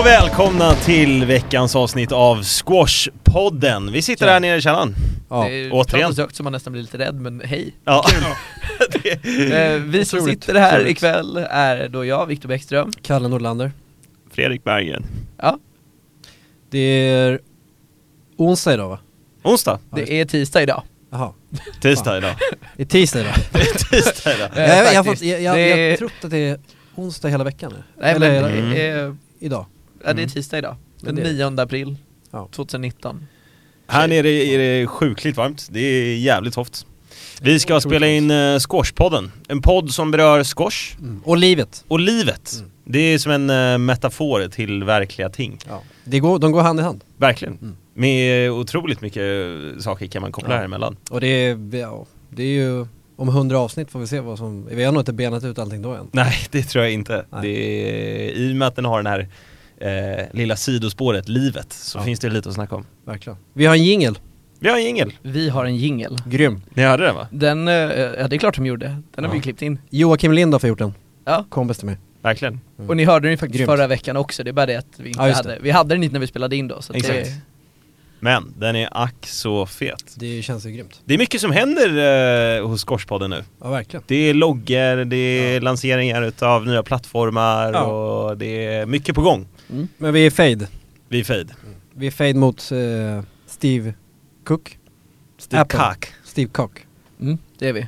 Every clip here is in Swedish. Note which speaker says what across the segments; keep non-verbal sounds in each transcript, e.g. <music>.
Speaker 1: och välkomna till veckans avsnitt av Squashpodden. Vi sitter här nere i källaren.
Speaker 2: Ja.
Speaker 3: det är
Speaker 1: återigen.
Speaker 3: återigen. högt så man nästan blir lite rädd, men hej.
Speaker 1: Ja. <laughs>
Speaker 3: Eh, vi som
Speaker 2: Otroligt,
Speaker 3: sitter här
Speaker 2: otroligt.
Speaker 3: ikväll är då jag, Viktor Bäckström.
Speaker 2: Kalle Nordlander.
Speaker 1: Fredrik Berggren.
Speaker 3: Ja,
Speaker 2: Det är onsdag idag va?
Speaker 1: Onsdag,
Speaker 2: just
Speaker 3: det är tisdag idag.
Speaker 2: Jaha.
Speaker 1: tisdag idag.
Speaker 2: Det är tisdag
Speaker 3: <laughs>
Speaker 2: idag.
Speaker 1: Det är tisdag idag.
Speaker 3: Eh,
Speaker 2: jag, jag, har
Speaker 3: faktiskt.
Speaker 2: fått, jag, jag,
Speaker 3: Det
Speaker 2: jag
Speaker 3: är-
Speaker 2: har trott att det är onsdag hela veckan nu.
Speaker 3: Nej, men,
Speaker 2: Eller
Speaker 3: eh,
Speaker 1: Mm.
Speaker 3: eh,
Speaker 2: idag.
Speaker 3: ja, det är tisdag idag. Den
Speaker 2: Men det är det.
Speaker 3: 9 april
Speaker 2: Ja.
Speaker 3: 2019.
Speaker 1: Här nere är det sjukligt varmt. Det är jävligt hofft. Vi ska spela in eh, Squashpodden. En podd som berör squash
Speaker 2: Mm. Och livet.
Speaker 1: och livet. Det är som en eh, metafor till verkliga ting.
Speaker 2: Ja. Det går, de går hand i hand.
Speaker 1: Verkligen.
Speaker 2: Mm.
Speaker 1: Med otroligt mycket eh, saker kan man koppla
Speaker 2: Ja.
Speaker 1: här emellan.
Speaker 2: Och det är, ja, det är ju, om hundra avsnitt får vi se vad som, vi har nog inte benat ut allting då än.
Speaker 1: Nej, det tror jag inte.
Speaker 2: Nej.
Speaker 1: Det är, I och med att den har den här eh, lilla sidospåret, livet, så
Speaker 2: Ja.
Speaker 1: finns det lite att snacka om.
Speaker 2: Verkligen. Vi har en jingel.
Speaker 1: Vi har en jingel.
Speaker 3: Vi har en jingel.
Speaker 2: Grym.
Speaker 1: Ni hörde den va?
Speaker 3: Den, eh, ja det är klart de gjorde. Den har
Speaker 2: Ja.
Speaker 3: vi ju klippt in.
Speaker 2: Joakim Lindhoff har gjort den.
Speaker 3: Ja.
Speaker 2: Kompis till mig.
Speaker 1: Verkligen.
Speaker 2: Mm.
Speaker 3: Och ni hörde den ju faktiskt
Speaker 2: Grymt.
Speaker 3: förra veckan också, det är bara det att vi inte
Speaker 2: Ja, just
Speaker 3: hade,
Speaker 2: det.
Speaker 3: vi hade den inte när vi spelade in då så att
Speaker 1: Exakt.
Speaker 3: det,
Speaker 1: Men den är ack så fet.
Speaker 2: Det känns ju grymt.
Speaker 1: Det är mycket som händer eh, hos Korspodden nu.
Speaker 2: Ja verkligen.
Speaker 1: Det är loggor, det är lanseringar utav nya plattformar
Speaker 2: Ja.
Speaker 1: och det är mycket på gång
Speaker 2: Men vi är fade.
Speaker 1: vid Fade.
Speaker 2: Vi är fade mot eh, Steve Cook.
Speaker 1: Steve
Speaker 2: Apple.
Speaker 1: Kack.
Speaker 2: Steve Cook.
Speaker 3: mm, det är vi.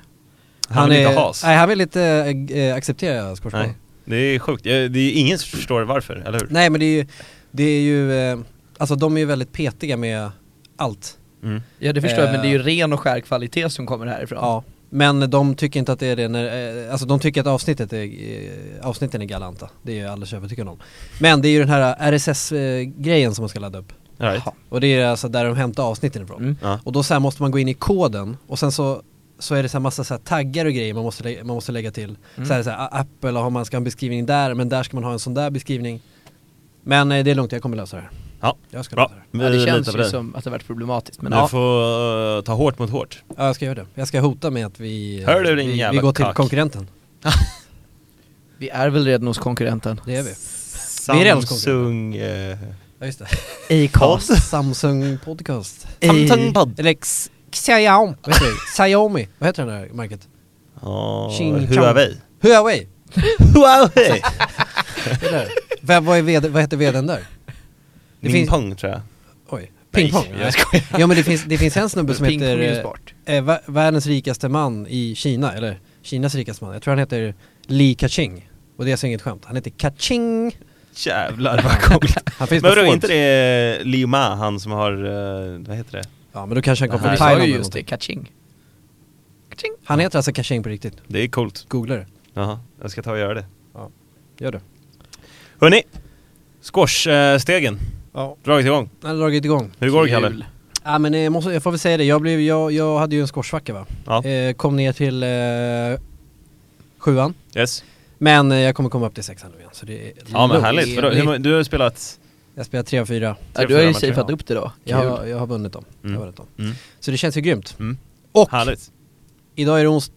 Speaker 1: Han, vill inte has.
Speaker 2: Nej han vill inte äh, acceptera skorstenen.
Speaker 1: Nej.
Speaker 2: Nej.
Speaker 1: Det är sjukt. Jag- Det är ingen som förstår varför, eller hur?
Speaker 2: men det är ju, det är ju, eh, alltså de är ju väldigt petiga med allt.
Speaker 1: Mm.
Speaker 3: Ja det förstår jag, men
Speaker 2: Eh.
Speaker 3: det är ju ren och skär kvalitet som kommer härifrån.
Speaker 2: Ja. Men de tycker inte att det är det när, eh, alltså de tycker att avsnittet är, eh, avsnitten är galanta. Det är ju alldeles övertygad om. Men det är ju den här eh, RSS-grejen som man ska ladda upp.
Speaker 1: Right.
Speaker 3: Jaha.
Speaker 2: Och det är alltså där de hämtar avsnitten ifrån.
Speaker 3: Mm.
Speaker 1: Ja.
Speaker 2: Och då så här måste man gå in i koden och sen så så är det så här massa så här taggar och grejer man måste, lä- man måste lägga till.
Speaker 3: Mm.
Speaker 2: Så här, så här, A- Apple har man ska ha en beskrivning där, men där ska man ha en sån där beskrivning. Men eh, det är lugnt, jag kommer lösa det här.
Speaker 1: Ja.
Speaker 2: Jag ska
Speaker 1: Bra.
Speaker 2: lösa det.
Speaker 1: Vi
Speaker 3: Ja, det
Speaker 1: litar
Speaker 3: känns
Speaker 1: på
Speaker 3: ju
Speaker 1: dig.
Speaker 3: som att det har varit problematiskt men
Speaker 1: du
Speaker 3: ja.
Speaker 1: får eh, ta hårt mot hårt.
Speaker 2: Ja, jag ska göra det. Jag ska hota med att vi, eh,
Speaker 1: Hör du din
Speaker 2: vi, vi
Speaker 1: jävla
Speaker 2: går till
Speaker 1: kak.
Speaker 2: konkurrenten.
Speaker 3: Vi är väl redan hos konkurrenten?
Speaker 2: Det är vi. Vi är redan
Speaker 1: Samsung... eh,
Speaker 2: Ja, just det.
Speaker 3: Acast
Speaker 2: Samsung Podcast.
Speaker 1: Samsung Pod.
Speaker 2: Eller X- Xiaomi. Vad heter det? Xiaomi. Vad heter den där märket?
Speaker 1: Ja,
Speaker 2: Ching chong. <laughs>
Speaker 1: Huawei.
Speaker 2: Huawei.
Speaker 1: Huawei!
Speaker 2: Det där. Vem, vad, är vd, vad heter vdn där? Det
Speaker 1: Min
Speaker 2: finns-
Speaker 1: pong tror jag.
Speaker 2: Oj. Pingpong.
Speaker 1: Nej, jag skojar.
Speaker 2: Ja men det finns, det finns en snubbe som
Speaker 3: Pingpong
Speaker 2: heter
Speaker 3: är ju
Speaker 2: eh,
Speaker 3: sport.
Speaker 2: eh, va- världens rikaste man i Kina, eller Kinas rikaste man. Jag tror han heter Li Ka-Ching. Och det är alltså inget skämt. Han heter Ka-Ching.
Speaker 1: Jävlar vad coolt.
Speaker 2: <laughs> Han finns
Speaker 1: Men
Speaker 2: på
Speaker 1: vadå, är
Speaker 2: Forbes.
Speaker 1: inte det eh, Liu Ma, han som har, eh, vad heter det?
Speaker 2: Ja men då kanske han
Speaker 1: Det här-
Speaker 2: kom från
Speaker 3: För du sa
Speaker 2: Thailand
Speaker 3: ju
Speaker 2: eller
Speaker 3: just det,
Speaker 2: någonting.
Speaker 3: kaching. Kaching.
Speaker 2: Han heter alltså Ka-Ching på riktigt.
Speaker 1: Det är coolt.
Speaker 2: Googla det.
Speaker 1: Jaha, jag ska ta och göra det.
Speaker 2: Gör det.
Speaker 1: Hörni, squashstegen,
Speaker 2: Ja.
Speaker 1: dragit igång.
Speaker 2: Han har dragit igång.
Speaker 1: Hur går det Kalle?
Speaker 3: Kul.
Speaker 2: Ja men eh, måste, jag får väl säga det, jag, blev, jag, jag hade ju en squashsvacka va?
Speaker 1: Ja.
Speaker 2: Eh, kom ner till eh, sjuan.
Speaker 1: Yes.
Speaker 2: Men eh, jag kommer komma upp till sexan nu igen så det är
Speaker 1: Ja men
Speaker 2: lugnt.
Speaker 1: härligt, Vadå, hur, må- du har spelat,
Speaker 2: Jag spelar tre av fyra.
Speaker 3: Ja, du har ju
Speaker 1: matcher.
Speaker 3: safeat
Speaker 2: Ja.
Speaker 3: upp det då.
Speaker 2: Jag
Speaker 3: Kul.
Speaker 2: har, jag har vunnit dem. Jag
Speaker 1: Mm.
Speaker 2: har vunnit dem.
Speaker 1: Mm.
Speaker 2: Så det känns ju grymt.
Speaker 1: Mm.
Speaker 2: Och
Speaker 1: härligt.
Speaker 2: Idag är det onsdag,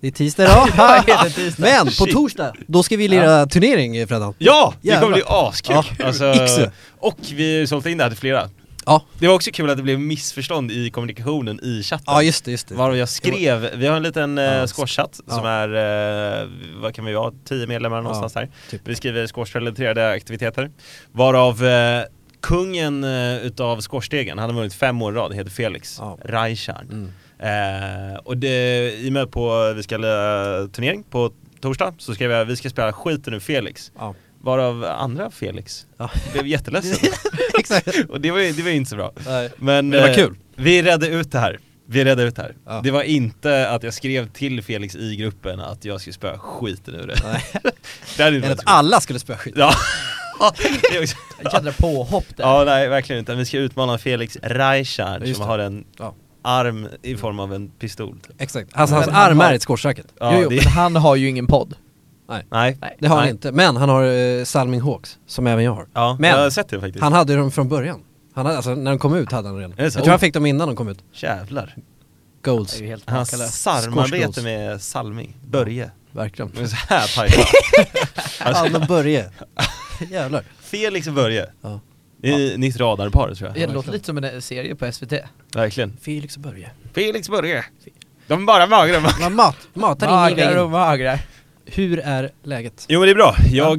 Speaker 2: det
Speaker 1: <laughs>
Speaker 2: är tisdag idag.
Speaker 3: är det tisdag.
Speaker 2: Men på
Speaker 1: Shit.
Speaker 2: torsdag, då ska vi lira turnering eh, Fredan.
Speaker 1: Ja! Det kommer
Speaker 2: Jävlar.
Speaker 1: bli askul! Alltså,
Speaker 2: Ja, kul. Yxö.
Speaker 1: och vi har ju sålt in det här till flera.
Speaker 2: Ja.
Speaker 1: Det var också kul att det blev missförstånd i kommunikationen i chatten.
Speaker 2: Ja just det, just det.
Speaker 1: Varav jag skrev, vi har en liten eh,
Speaker 2: Ja.
Speaker 1: squashchatt som
Speaker 2: Ja.
Speaker 1: är, eh, vad kan vi ha, 10 medlemmar någonstans där.
Speaker 2: typ.
Speaker 1: Vi skriver squashrelaterade aktiviteter. Varav eh, kungen eh, utav squashstegen, han har vunnit fem år i rad, heter Felix
Speaker 2: Ja.
Speaker 1: Reichard.
Speaker 2: Mm.
Speaker 1: Eh, och det, i och med på, vi ska lira turnering på torsdag, så skrev jag vi ska spela skiten ur Felix.
Speaker 2: Ja.
Speaker 1: Varav andra Felix
Speaker 2: Ja.
Speaker 1: blev jätteledsen.
Speaker 2: <laughs> Exakt.
Speaker 1: och det var ju det var ju inte så bra.
Speaker 2: Nej.
Speaker 1: Men,
Speaker 2: det var
Speaker 1: eh,
Speaker 2: kul.
Speaker 1: Vi redde ut det här. Vi redde ut det här.
Speaker 2: Ja.
Speaker 1: Det var inte att jag skrev till Felix i gruppen att jag skulle spöa skiten ur det.
Speaker 2: Nej.
Speaker 1: <laughs> det hade inte
Speaker 2: Eller
Speaker 1: varit
Speaker 2: att
Speaker 1: så bra.
Speaker 2: alla skulle spöa skit.
Speaker 1: Ja. <laughs> Det är också-
Speaker 3: Ett Jädra påhopp där.
Speaker 1: ja, nej verkligen inte. Vi ska utmana Felix Reichard
Speaker 2: Just
Speaker 1: som
Speaker 2: det.
Speaker 1: har en
Speaker 2: Ja.
Speaker 1: arm i form av en pistol.
Speaker 2: Exakt. Alltså hans
Speaker 3: Men han
Speaker 2: arm
Speaker 3: har-
Speaker 2: är ett squashracket.
Speaker 1: Ja,
Speaker 3: jo, jo,
Speaker 1: det-
Speaker 3: men han har ju ingen podd.
Speaker 1: Nej.
Speaker 3: Nej.
Speaker 2: Det har han
Speaker 1: Nej.
Speaker 2: inte, men han har eh, Salming Hawks, som även jag har.
Speaker 1: Ja,
Speaker 2: Men-
Speaker 1: jag har sett det faktiskt.
Speaker 2: Han hade dem från början. Han hade, alltså när de kom ut hade han redan.
Speaker 1: det
Speaker 2: Jag
Speaker 1: så?
Speaker 2: tror han fick dem innan de kom ut.
Speaker 1: Jävlar.
Speaker 2: Goals.
Speaker 3: Det är ju helt makalöst.
Speaker 1: Hans samarbete
Speaker 2: Squashgoals.
Speaker 1: med Salming, Börje.
Speaker 2: Verkligen. <laughs>
Speaker 1: De är så här tajta. <laughs>
Speaker 2: Han och Börje. Jävlar.
Speaker 1: Alltså, Felix Börje.
Speaker 2: Ja.
Speaker 1: Det är Nytt radarpar tror jag.
Speaker 3: Det låter lite som en eh, serie på SVT.
Speaker 1: Verkligen.
Speaker 2: Felix och Börje.
Speaker 1: Felix Börje. De är bara magra. va?
Speaker 2: Man mat, matar in i
Speaker 3: Magrar och
Speaker 2: väggen.
Speaker 3: magrar.
Speaker 2: Hur är läget?
Speaker 1: Jo men det är bra. Jag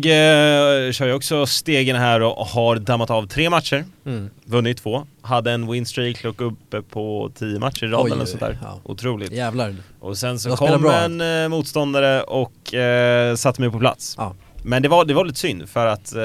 Speaker 1: eh, kör ju också stegen här och har dammat av tre matcher.
Speaker 2: Mm.
Speaker 1: Vunnit två. Hade en win streak låg uppe på tio matcher i
Speaker 2: Oj,
Speaker 1: rad eller
Speaker 2: oj,
Speaker 1: något sånt där.
Speaker 2: ja.
Speaker 1: Otroligt.
Speaker 2: Jävlar.
Speaker 1: Och sen så
Speaker 2: De spelar
Speaker 1: kom
Speaker 2: bra.
Speaker 1: en eh, motståndare och eh, satte mig på plats.
Speaker 2: Ja.
Speaker 1: Men det var, det var lite synd för att eh,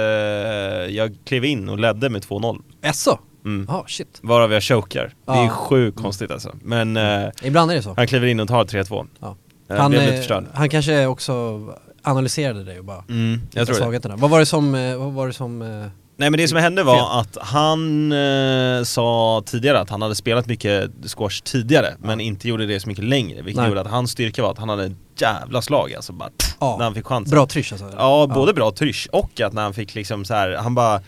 Speaker 1: jag klev in och ledde med 2-0.
Speaker 2: Jaså?
Speaker 1: Mm.
Speaker 2: Ja, shit.
Speaker 1: Varav jag chokar. Det är
Speaker 2: Ja.
Speaker 1: sjukt konstigt alltså. Men eh,
Speaker 2: Ibland är det så.
Speaker 1: han kliver in och tar 3-2.
Speaker 2: Ja.
Speaker 1: Jag blev lite
Speaker 2: eh,
Speaker 1: förstörd.
Speaker 2: han kanske också analyserade dig och bara
Speaker 1: Mm, jag
Speaker 2: hittade
Speaker 1: tror det.
Speaker 2: svagheterna. Vad var det som, eh, vad var det som eh,
Speaker 1: Nej men det som hände var att han eh, sa tidigare att han hade spelat mycket squash tidigare men inte gjorde det så mycket längre vilket
Speaker 2: Nej.
Speaker 1: gjorde att hans styrka var att han hade ett jävla slag alltså bara pff,
Speaker 2: Ja.
Speaker 1: när han fick chansen.
Speaker 2: bra trysch alltså?
Speaker 1: Ja, både bra trysch och att när han fick liksom så här, han bara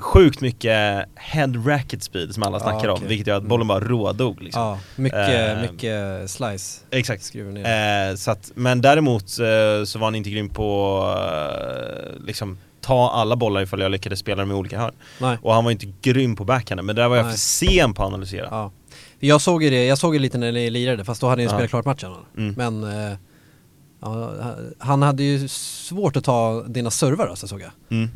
Speaker 1: sjukt mycket head racket speed som alla
Speaker 2: Ja,
Speaker 1: snackar om
Speaker 2: okej. Mm.
Speaker 1: vilket gör att bollen bara rådog liksom.
Speaker 2: Ja, mycket,
Speaker 1: Eh,
Speaker 2: mycket slice
Speaker 1: Exakt.
Speaker 2: skruvar ner.
Speaker 1: Eh, så att, men däremot eh, så var han inte grym på eh, liksom ta alla bollar ifall jag lyckades spela dem i olika hörn.
Speaker 2: Nej.
Speaker 1: Och han var inte grym på backhanden, men där var jag
Speaker 2: Nej.
Speaker 1: för sen på att analysera.
Speaker 2: Ja. Jag såg ju det, jag såg ju lite när ni lirade fast då hade ni ju
Speaker 1: Ja.
Speaker 2: spelat klart matchen.
Speaker 1: Mm.
Speaker 2: Men eh, ja, han hade ju svårt att ta dina servar alltså såg jag.
Speaker 1: Mm.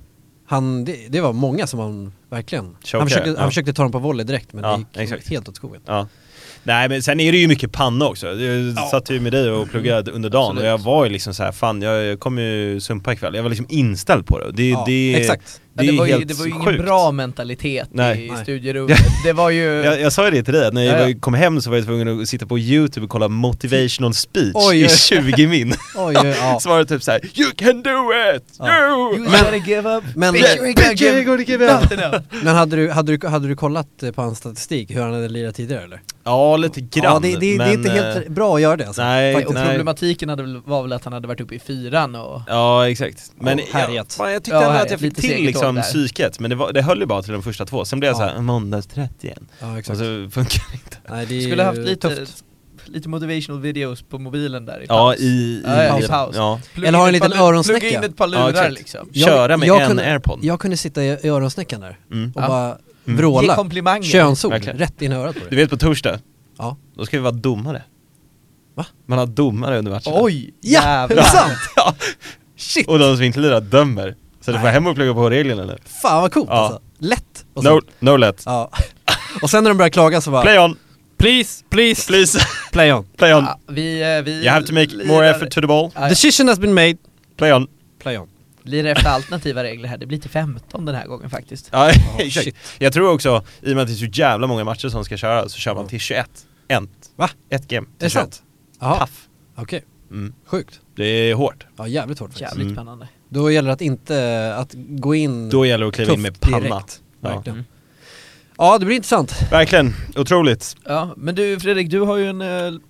Speaker 2: Han, det, det var många som han verkligen,
Speaker 1: Chokade,
Speaker 2: han försökte,
Speaker 1: ja.
Speaker 2: han försökte ta dem på volley direkt men
Speaker 1: Ja,
Speaker 2: det gick
Speaker 1: exakt.
Speaker 2: helt åt skogen.
Speaker 1: Ja. Nej men sen är det ju mycket panna också. Jag satt ju med dig och pluggade under dagen
Speaker 3: Mm. Absolut.
Speaker 1: och jag var ju liksom så här, fan jag jag kommer ju sumpa ikväll. Jag var liksom inställd på det. Det,
Speaker 2: Ja,
Speaker 1: det,
Speaker 2: exakt.
Speaker 1: det,
Speaker 3: Ja,
Speaker 1: är
Speaker 3: det, var ju,
Speaker 1: helt
Speaker 3: det var ju ingen
Speaker 1: sjukt.
Speaker 3: bra mentalitet
Speaker 1: Nej.
Speaker 3: i
Speaker 1: <laughs>
Speaker 2: Nej.
Speaker 3: studierummet. Det var ju...
Speaker 1: Jag, jag sa ju det till dig, att när
Speaker 3: Ja, ja.
Speaker 1: jag kom hem så var jag tvungen att sitta på youtube och kolla motivational speech
Speaker 2: Oj,
Speaker 1: i
Speaker 2: oj.
Speaker 1: 20 min.
Speaker 2: <laughs> Oj, ja.
Speaker 1: Så var det typ så här: 'You can do it!
Speaker 2: Ja.
Speaker 1: You!'
Speaker 3: You gotta give up,
Speaker 2: Men-
Speaker 3: bitch, you gotta
Speaker 1: Bitch, you
Speaker 3: give
Speaker 1: gotta give up.
Speaker 3: nothing up.
Speaker 2: Men hade du, hade, du, hade du kollat eh, på hans statistik hur han hade lirat tidigare eller?
Speaker 1: Ja, lite grann.
Speaker 2: ja, det, det, det är
Speaker 1: men, eh,
Speaker 2: inte helt bra att göra det alltså.
Speaker 1: nej,
Speaker 2: faktiskt.
Speaker 3: Och
Speaker 1: nej.
Speaker 3: problematiken hade, väl- var väl att han hade varit uppe i fyran och...
Speaker 1: Ja exakt, men
Speaker 2: Ja, härjat.
Speaker 1: jag, fan, jag tyckte
Speaker 3: Ja,
Speaker 1: ändå att
Speaker 3: härjat.
Speaker 1: jag fick
Speaker 3: Lite
Speaker 1: till
Speaker 3: segertåg
Speaker 1: liksom
Speaker 3: där.
Speaker 1: psyket, men det, var, det höll ju bara till de första två, sen blev jag
Speaker 2: Ja.
Speaker 1: såhär, måndagstrött igen,
Speaker 2: Ja,
Speaker 1: och
Speaker 2: exakt.
Speaker 1: så funkar det inte
Speaker 2: nej, det är
Speaker 3: Skulle
Speaker 2: ju
Speaker 3: haft lite,
Speaker 2: tufft.
Speaker 3: lite motivational videos på mobilen där i
Speaker 1: Ja
Speaker 3: paus.
Speaker 1: i, i
Speaker 3: Ja, ja,
Speaker 1: i-
Speaker 3: i paus.
Speaker 1: ja.
Speaker 3: Plugga
Speaker 2: Eller har
Speaker 3: in
Speaker 2: en
Speaker 3: ett par
Speaker 2: liten
Speaker 3: lu-
Speaker 2: öronsnäcka.
Speaker 3: Plugga in ett par
Speaker 1: Ja,
Speaker 3: lurar
Speaker 1: exakt.
Speaker 3: liksom.
Speaker 2: Jag-
Speaker 1: Köra med
Speaker 2: jag
Speaker 1: en
Speaker 2: kunde-
Speaker 1: airpod
Speaker 2: Jag kunde sitta i i öronsnäckan där
Speaker 1: mm.
Speaker 2: och
Speaker 3: Ja.
Speaker 2: bara
Speaker 1: Mm.
Speaker 3: Ge
Speaker 2: vråla
Speaker 3: komplimanger.
Speaker 2: könsord
Speaker 1: Verkligen.
Speaker 2: rätt in i örat på
Speaker 1: Du
Speaker 2: dig.
Speaker 1: vet på torsdag,
Speaker 2: Ja.
Speaker 1: då ska vi vara domare
Speaker 2: Va?
Speaker 1: Man har domare under matcherna
Speaker 3: Oj,
Speaker 2: Ja, är det sant?
Speaker 1: <laughs> Ja,
Speaker 2: Shit!
Speaker 1: och de som inte lirar dömer Så du får
Speaker 2: Nej.
Speaker 1: hem och plugga på reglerna nu
Speaker 2: Fan vad coolt
Speaker 1: Ja.
Speaker 2: alltså. Lätt och
Speaker 1: No,
Speaker 2: sånt.
Speaker 1: no let
Speaker 2: Ja. Och sen när de börjar klaga så bara
Speaker 1: Play on,
Speaker 2: Please, please,
Speaker 1: please, <laughs>
Speaker 2: play on.
Speaker 1: play on
Speaker 3: Ja, vi, eh, vi
Speaker 1: You have to make more effort to the ball,
Speaker 3: Ja,
Speaker 2: Decision has been made,
Speaker 1: play
Speaker 2: <laughs> Oh,
Speaker 1: on
Speaker 2: play on.
Speaker 3: Lirar efter alternativa regler här, det blir till 15 den här gången faktiskt.
Speaker 1: Ja, exakt.
Speaker 2: shit.
Speaker 1: Jag tror också, i och med att det är så jävla många matcher som ska köras, så kör man
Speaker 2: Ja.
Speaker 1: till 21. Ent.
Speaker 2: Va?
Speaker 1: Ett game.
Speaker 2: Är det sant? Jaha,
Speaker 1: Paff.
Speaker 2: okej.
Speaker 1: Mm.
Speaker 2: Sjukt.
Speaker 1: Det är hårt.
Speaker 2: Ja, jävligt hårt faktiskt.
Speaker 3: Jävligt
Speaker 1: Mm.
Speaker 3: spännande.
Speaker 2: Då gäller det att inte, att gå in
Speaker 1: Då gäller det att kliva in
Speaker 2: tufft
Speaker 1: med panna.
Speaker 2: direkt.
Speaker 1: Ja.
Speaker 2: Verkligen.
Speaker 3: Mm.
Speaker 2: Ja, det blir intressant.
Speaker 1: Verkligen, otroligt.
Speaker 3: Ja, men du Fredrik, du har ju en eh,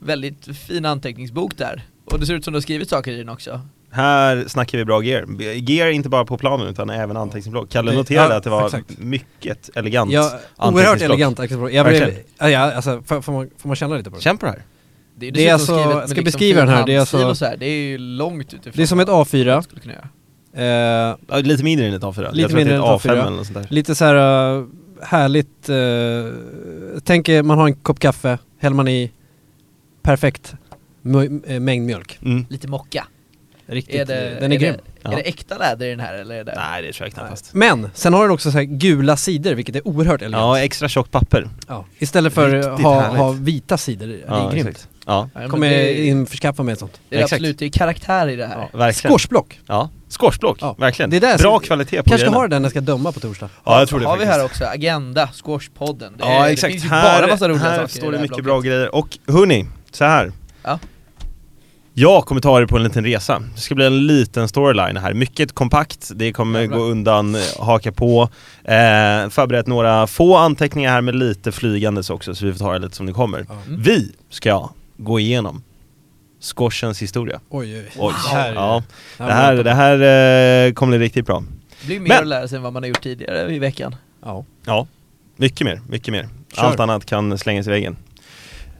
Speaker 3: väldigt fin anteckningsbok där. Och det ser ut som du har skrivit saker i den också.
Speaker 1: Här snackar vi bra gear. Gear är inte bara på planen utan även anteckningsblock. Kalle
Speaker 2: Det-
Speaker 1: noterade
Speaker 2: ja,
Speaker 1: att det var
Speaker 2: exakt.
Speaker 1: mycket elegant
Speaker 2: Ja, oerhört
Speaker 1: anteckningsblock.
Speaker 2: elegant axelspråk. Jag blev,
Speaker 1: Verkligen.
Speaker 2: ja, alltså, får, får, man, får man känna lite på det?
Speaker 1: Känn på det här.
Speaker 3: Det
Speaker 2: Det är
Speaker 3: dessutom
Speaker 2: alltså-
Speaker 3: skrivet med
Speaker 2: ska beskriva
Speaker 3: fin
Speaker 2: den här, det är
Speaker 3: handstil
Speaker 2: alltså-
Speaker 3: och så här. Det är ju långt utifrån
Speaker 2: Det är som ett
Speaker 3: vad man
Speaker 2: A4,
Speaker 3: skulle kunna göra.
Speaker 2: eh,
Speaker 1: Ja, lite mindre än ett A4.
Speaker 2: Lite
Speaker 1: jag tror att det är
Speaker 2: mindre än
Speaker 1: ett
Speaker 2: ett
Speaker 1: A5
Speaker 2: A4.
Speaker 1: eller något sånt där.
Speaker 2: lite så här eh, härligt, eh, tänk er, man har en kopp kaffe, häller man i perfekt mö- eh, mängd mjölk.
Speaker 1: Mm.
Speaker 3: Lite mocka.
Speaker 2: Riktigt,
Speaker 3: Är det,
Speaker 2: den är, grym.
Speaker 3: Det,
Speaker 1: Ja.
Speaker 3: Är det äkta läder i den här eller är det?
Speaker 1: Nej det tror jag knappast.
Speaker 2: Men, sen har den också så här gula sidor vilket är oerhört elegant.
Speaker 1: Ja, extra tjockt papper.
Speaker 2: Ja. Istället för att
Speaker 1: Riktigt
Speaker 2: ha,
Speaker 1: härligt.
Speaker 2: ha vita sidor, det är
Speaker 1: Ja,
Speaker 2: grymt.
Speaker 1: exakt. Ja,
Speaker 3: Ja, men
Speaker 2: Kommer
Speaker 3: det,
Speaker 2: införskaffa mig ett sånt.
Speaker 3: det är
Speaker 1: Exakt.
Speaker 3: absolut, det är karaktär i det här.
Speaker 1: verkligen.
Speaker 2: Squashblock,
Speaker 1: Ja, squashblock.
Speaker 2: Ja.
Speaker 1: Verkligen.
Speaker 2: Det där-
Speaker 1: Bra kvalitet på
Speaker 2: kanske ska
Speaker 1: grejerna.
Speaker 2: ha det där när jag ska döma på torsdag.
Speaker 1: Ja, jag tror det
Speaker 3: har vi
Speaker 1: faktiskt.
Speaker 3: här också, Agenda, Squashpodden. Det,
Speaker 1: Ja
Speaker 3: är-
Speaker 1: exakt,
Speaker 3: det finns ju
Speaker 1: här,
Speaker 3: bara massa roliga
Speaker 1: här
Speaker 3: saker i
Speaker 1: står det
Speaker 3: här
Speaker 1: mycket
Speaker 3: blocket.
Speaker 1: bra grejer. Och hörni, så här.
Speaker 3: Ja.
Speaker 1: Jag har kommentarer på en liten resa. Det ska bli en liten storyline här. Mycket kompakt, det kommer
Speaker 3: Jävlar.
Speaker 1: gå undan, eh, haka på. Eh, förberett några få anteckningar här med lite flygandes också så vi får ta det lite som det kommer.
Speaker 2: Ja.
Speaker 3: Mm.
Speaker 1: Vi ska gå igenom squashens historia.
Speaker 2: Oj, oj,
Speaker 1: Oj,
Speaker 2: Det här,
Speaker 1: ja. Det här, det här eh, kommer bli riktigt bra.
Speaker 3: Det blir mer
Speaker 1: Men-
Speaker 3: att lära sig än vad man har gjort tidigare i veckan.
Speaker 2: Ja.
Speaker 1: Ja, mycket mer, mycket mer.
Speaker 2: Kör.
Speaker 1: Allt annat kan slängas i väggen.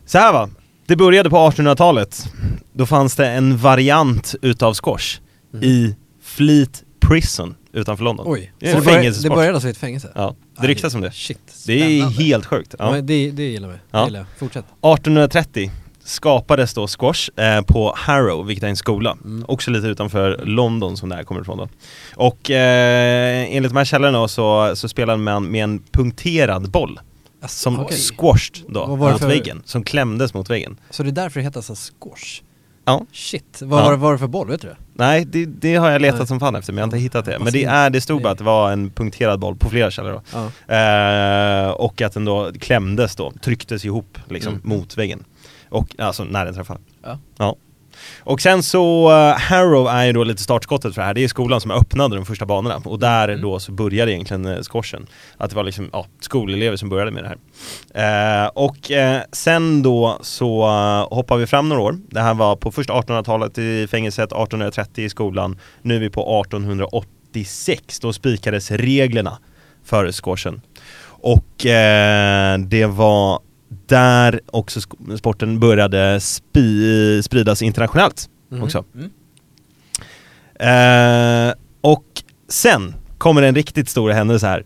Speaker 1: Så här va, det började på 1800-talet. Då fanns det en variant utav squash
Speaker 2: Mm.
Speaker 1: i Fleet Prison utanför London.
Speaker 2: Oj.
Speaker 1: Det är
Speaker 2: Så
Speaker 1: en
Speaker 2: börjar-
Speaker 1: fängelsesport.
Speaker 2: Det började alltså i ett fängelse?
Speaker 1: Ja, det ryktas om det.
Speaker 2: Shit.
Speaker 1: Det är
Speaker 3: Spännande.
Speaker 1: helt sjukt.
Speaker 2: Ja.
Speaker 1: Ja.
Speaker 2: Men det, det gillar vi.
Speaker 1: Ja.
Speaker 2: Det gillar jag. Fortsätt.
Speaker 1: 1830 skapades då squash eh, på Harrow, vilket är en skola.
Speaker 2: Mm.
Speaker 1: Också lite utanför London som det här kommer ifrån då. Och eh, enligt de här källorna då så, så spelade man med en punkterad boll som
Speaker 2: Okej.
Speaker 1: squashed då
Speaker 2: Vad var det
Speaker 1: mot
Speaker 2: för-
Speaker 1: väggen, som klämdes mot väggen.
Speaker 2: Så det är därför det heter så squash?
Speaker 1: Ja.
Speaker 2: Shit. Vad
Speaker 1: Ja.
Speaker 2: var, var det för boll? Vet du det?
Speaker 1: Nej, det, det har jag letat
Speaker 2: Nej.
Speaker 1: som fan efter men jag har inte hittat det. Men
Speaker 2: Fast
Speaker 1: det,
Speaker 2: det-
Speaker 1: är, det stod bara att det var en punkterad boll på flera källor då.
Speaker 2: Ja.
Speaker 1: Eh, och att den då klämdes då, trycktes ihop liksom
Speaker 2: Mm.
Speaker 1: mot väggen. Och alltså när den träffade.
Speaker 3: Ja.
Speaker 1: Och sen så, eh, Harrow är ju då lite startskottet för det här. Det är skolan som öppnade de första banorna och där
Speaker 3: Mm.
Speaker 1: då så började egentligen eh, squashen. Att det var liksom, ja, skolelever som började med det här. Eh, och eh, sen då så eh, hoppar vi fram några år. Det här var på först 1800-talet i fängelset, 1830 i skolan. Nu är vi på 1886, då spikades reglerna för squashen. Och eh, det var där också sk- sporten började spi- spridas internationellt
Speaker 2: Mhm.
Speaker 1: också.
Speaker 3: Mm.
Speaker 1: Eh, och sen kommer en riktigt stor händelse här.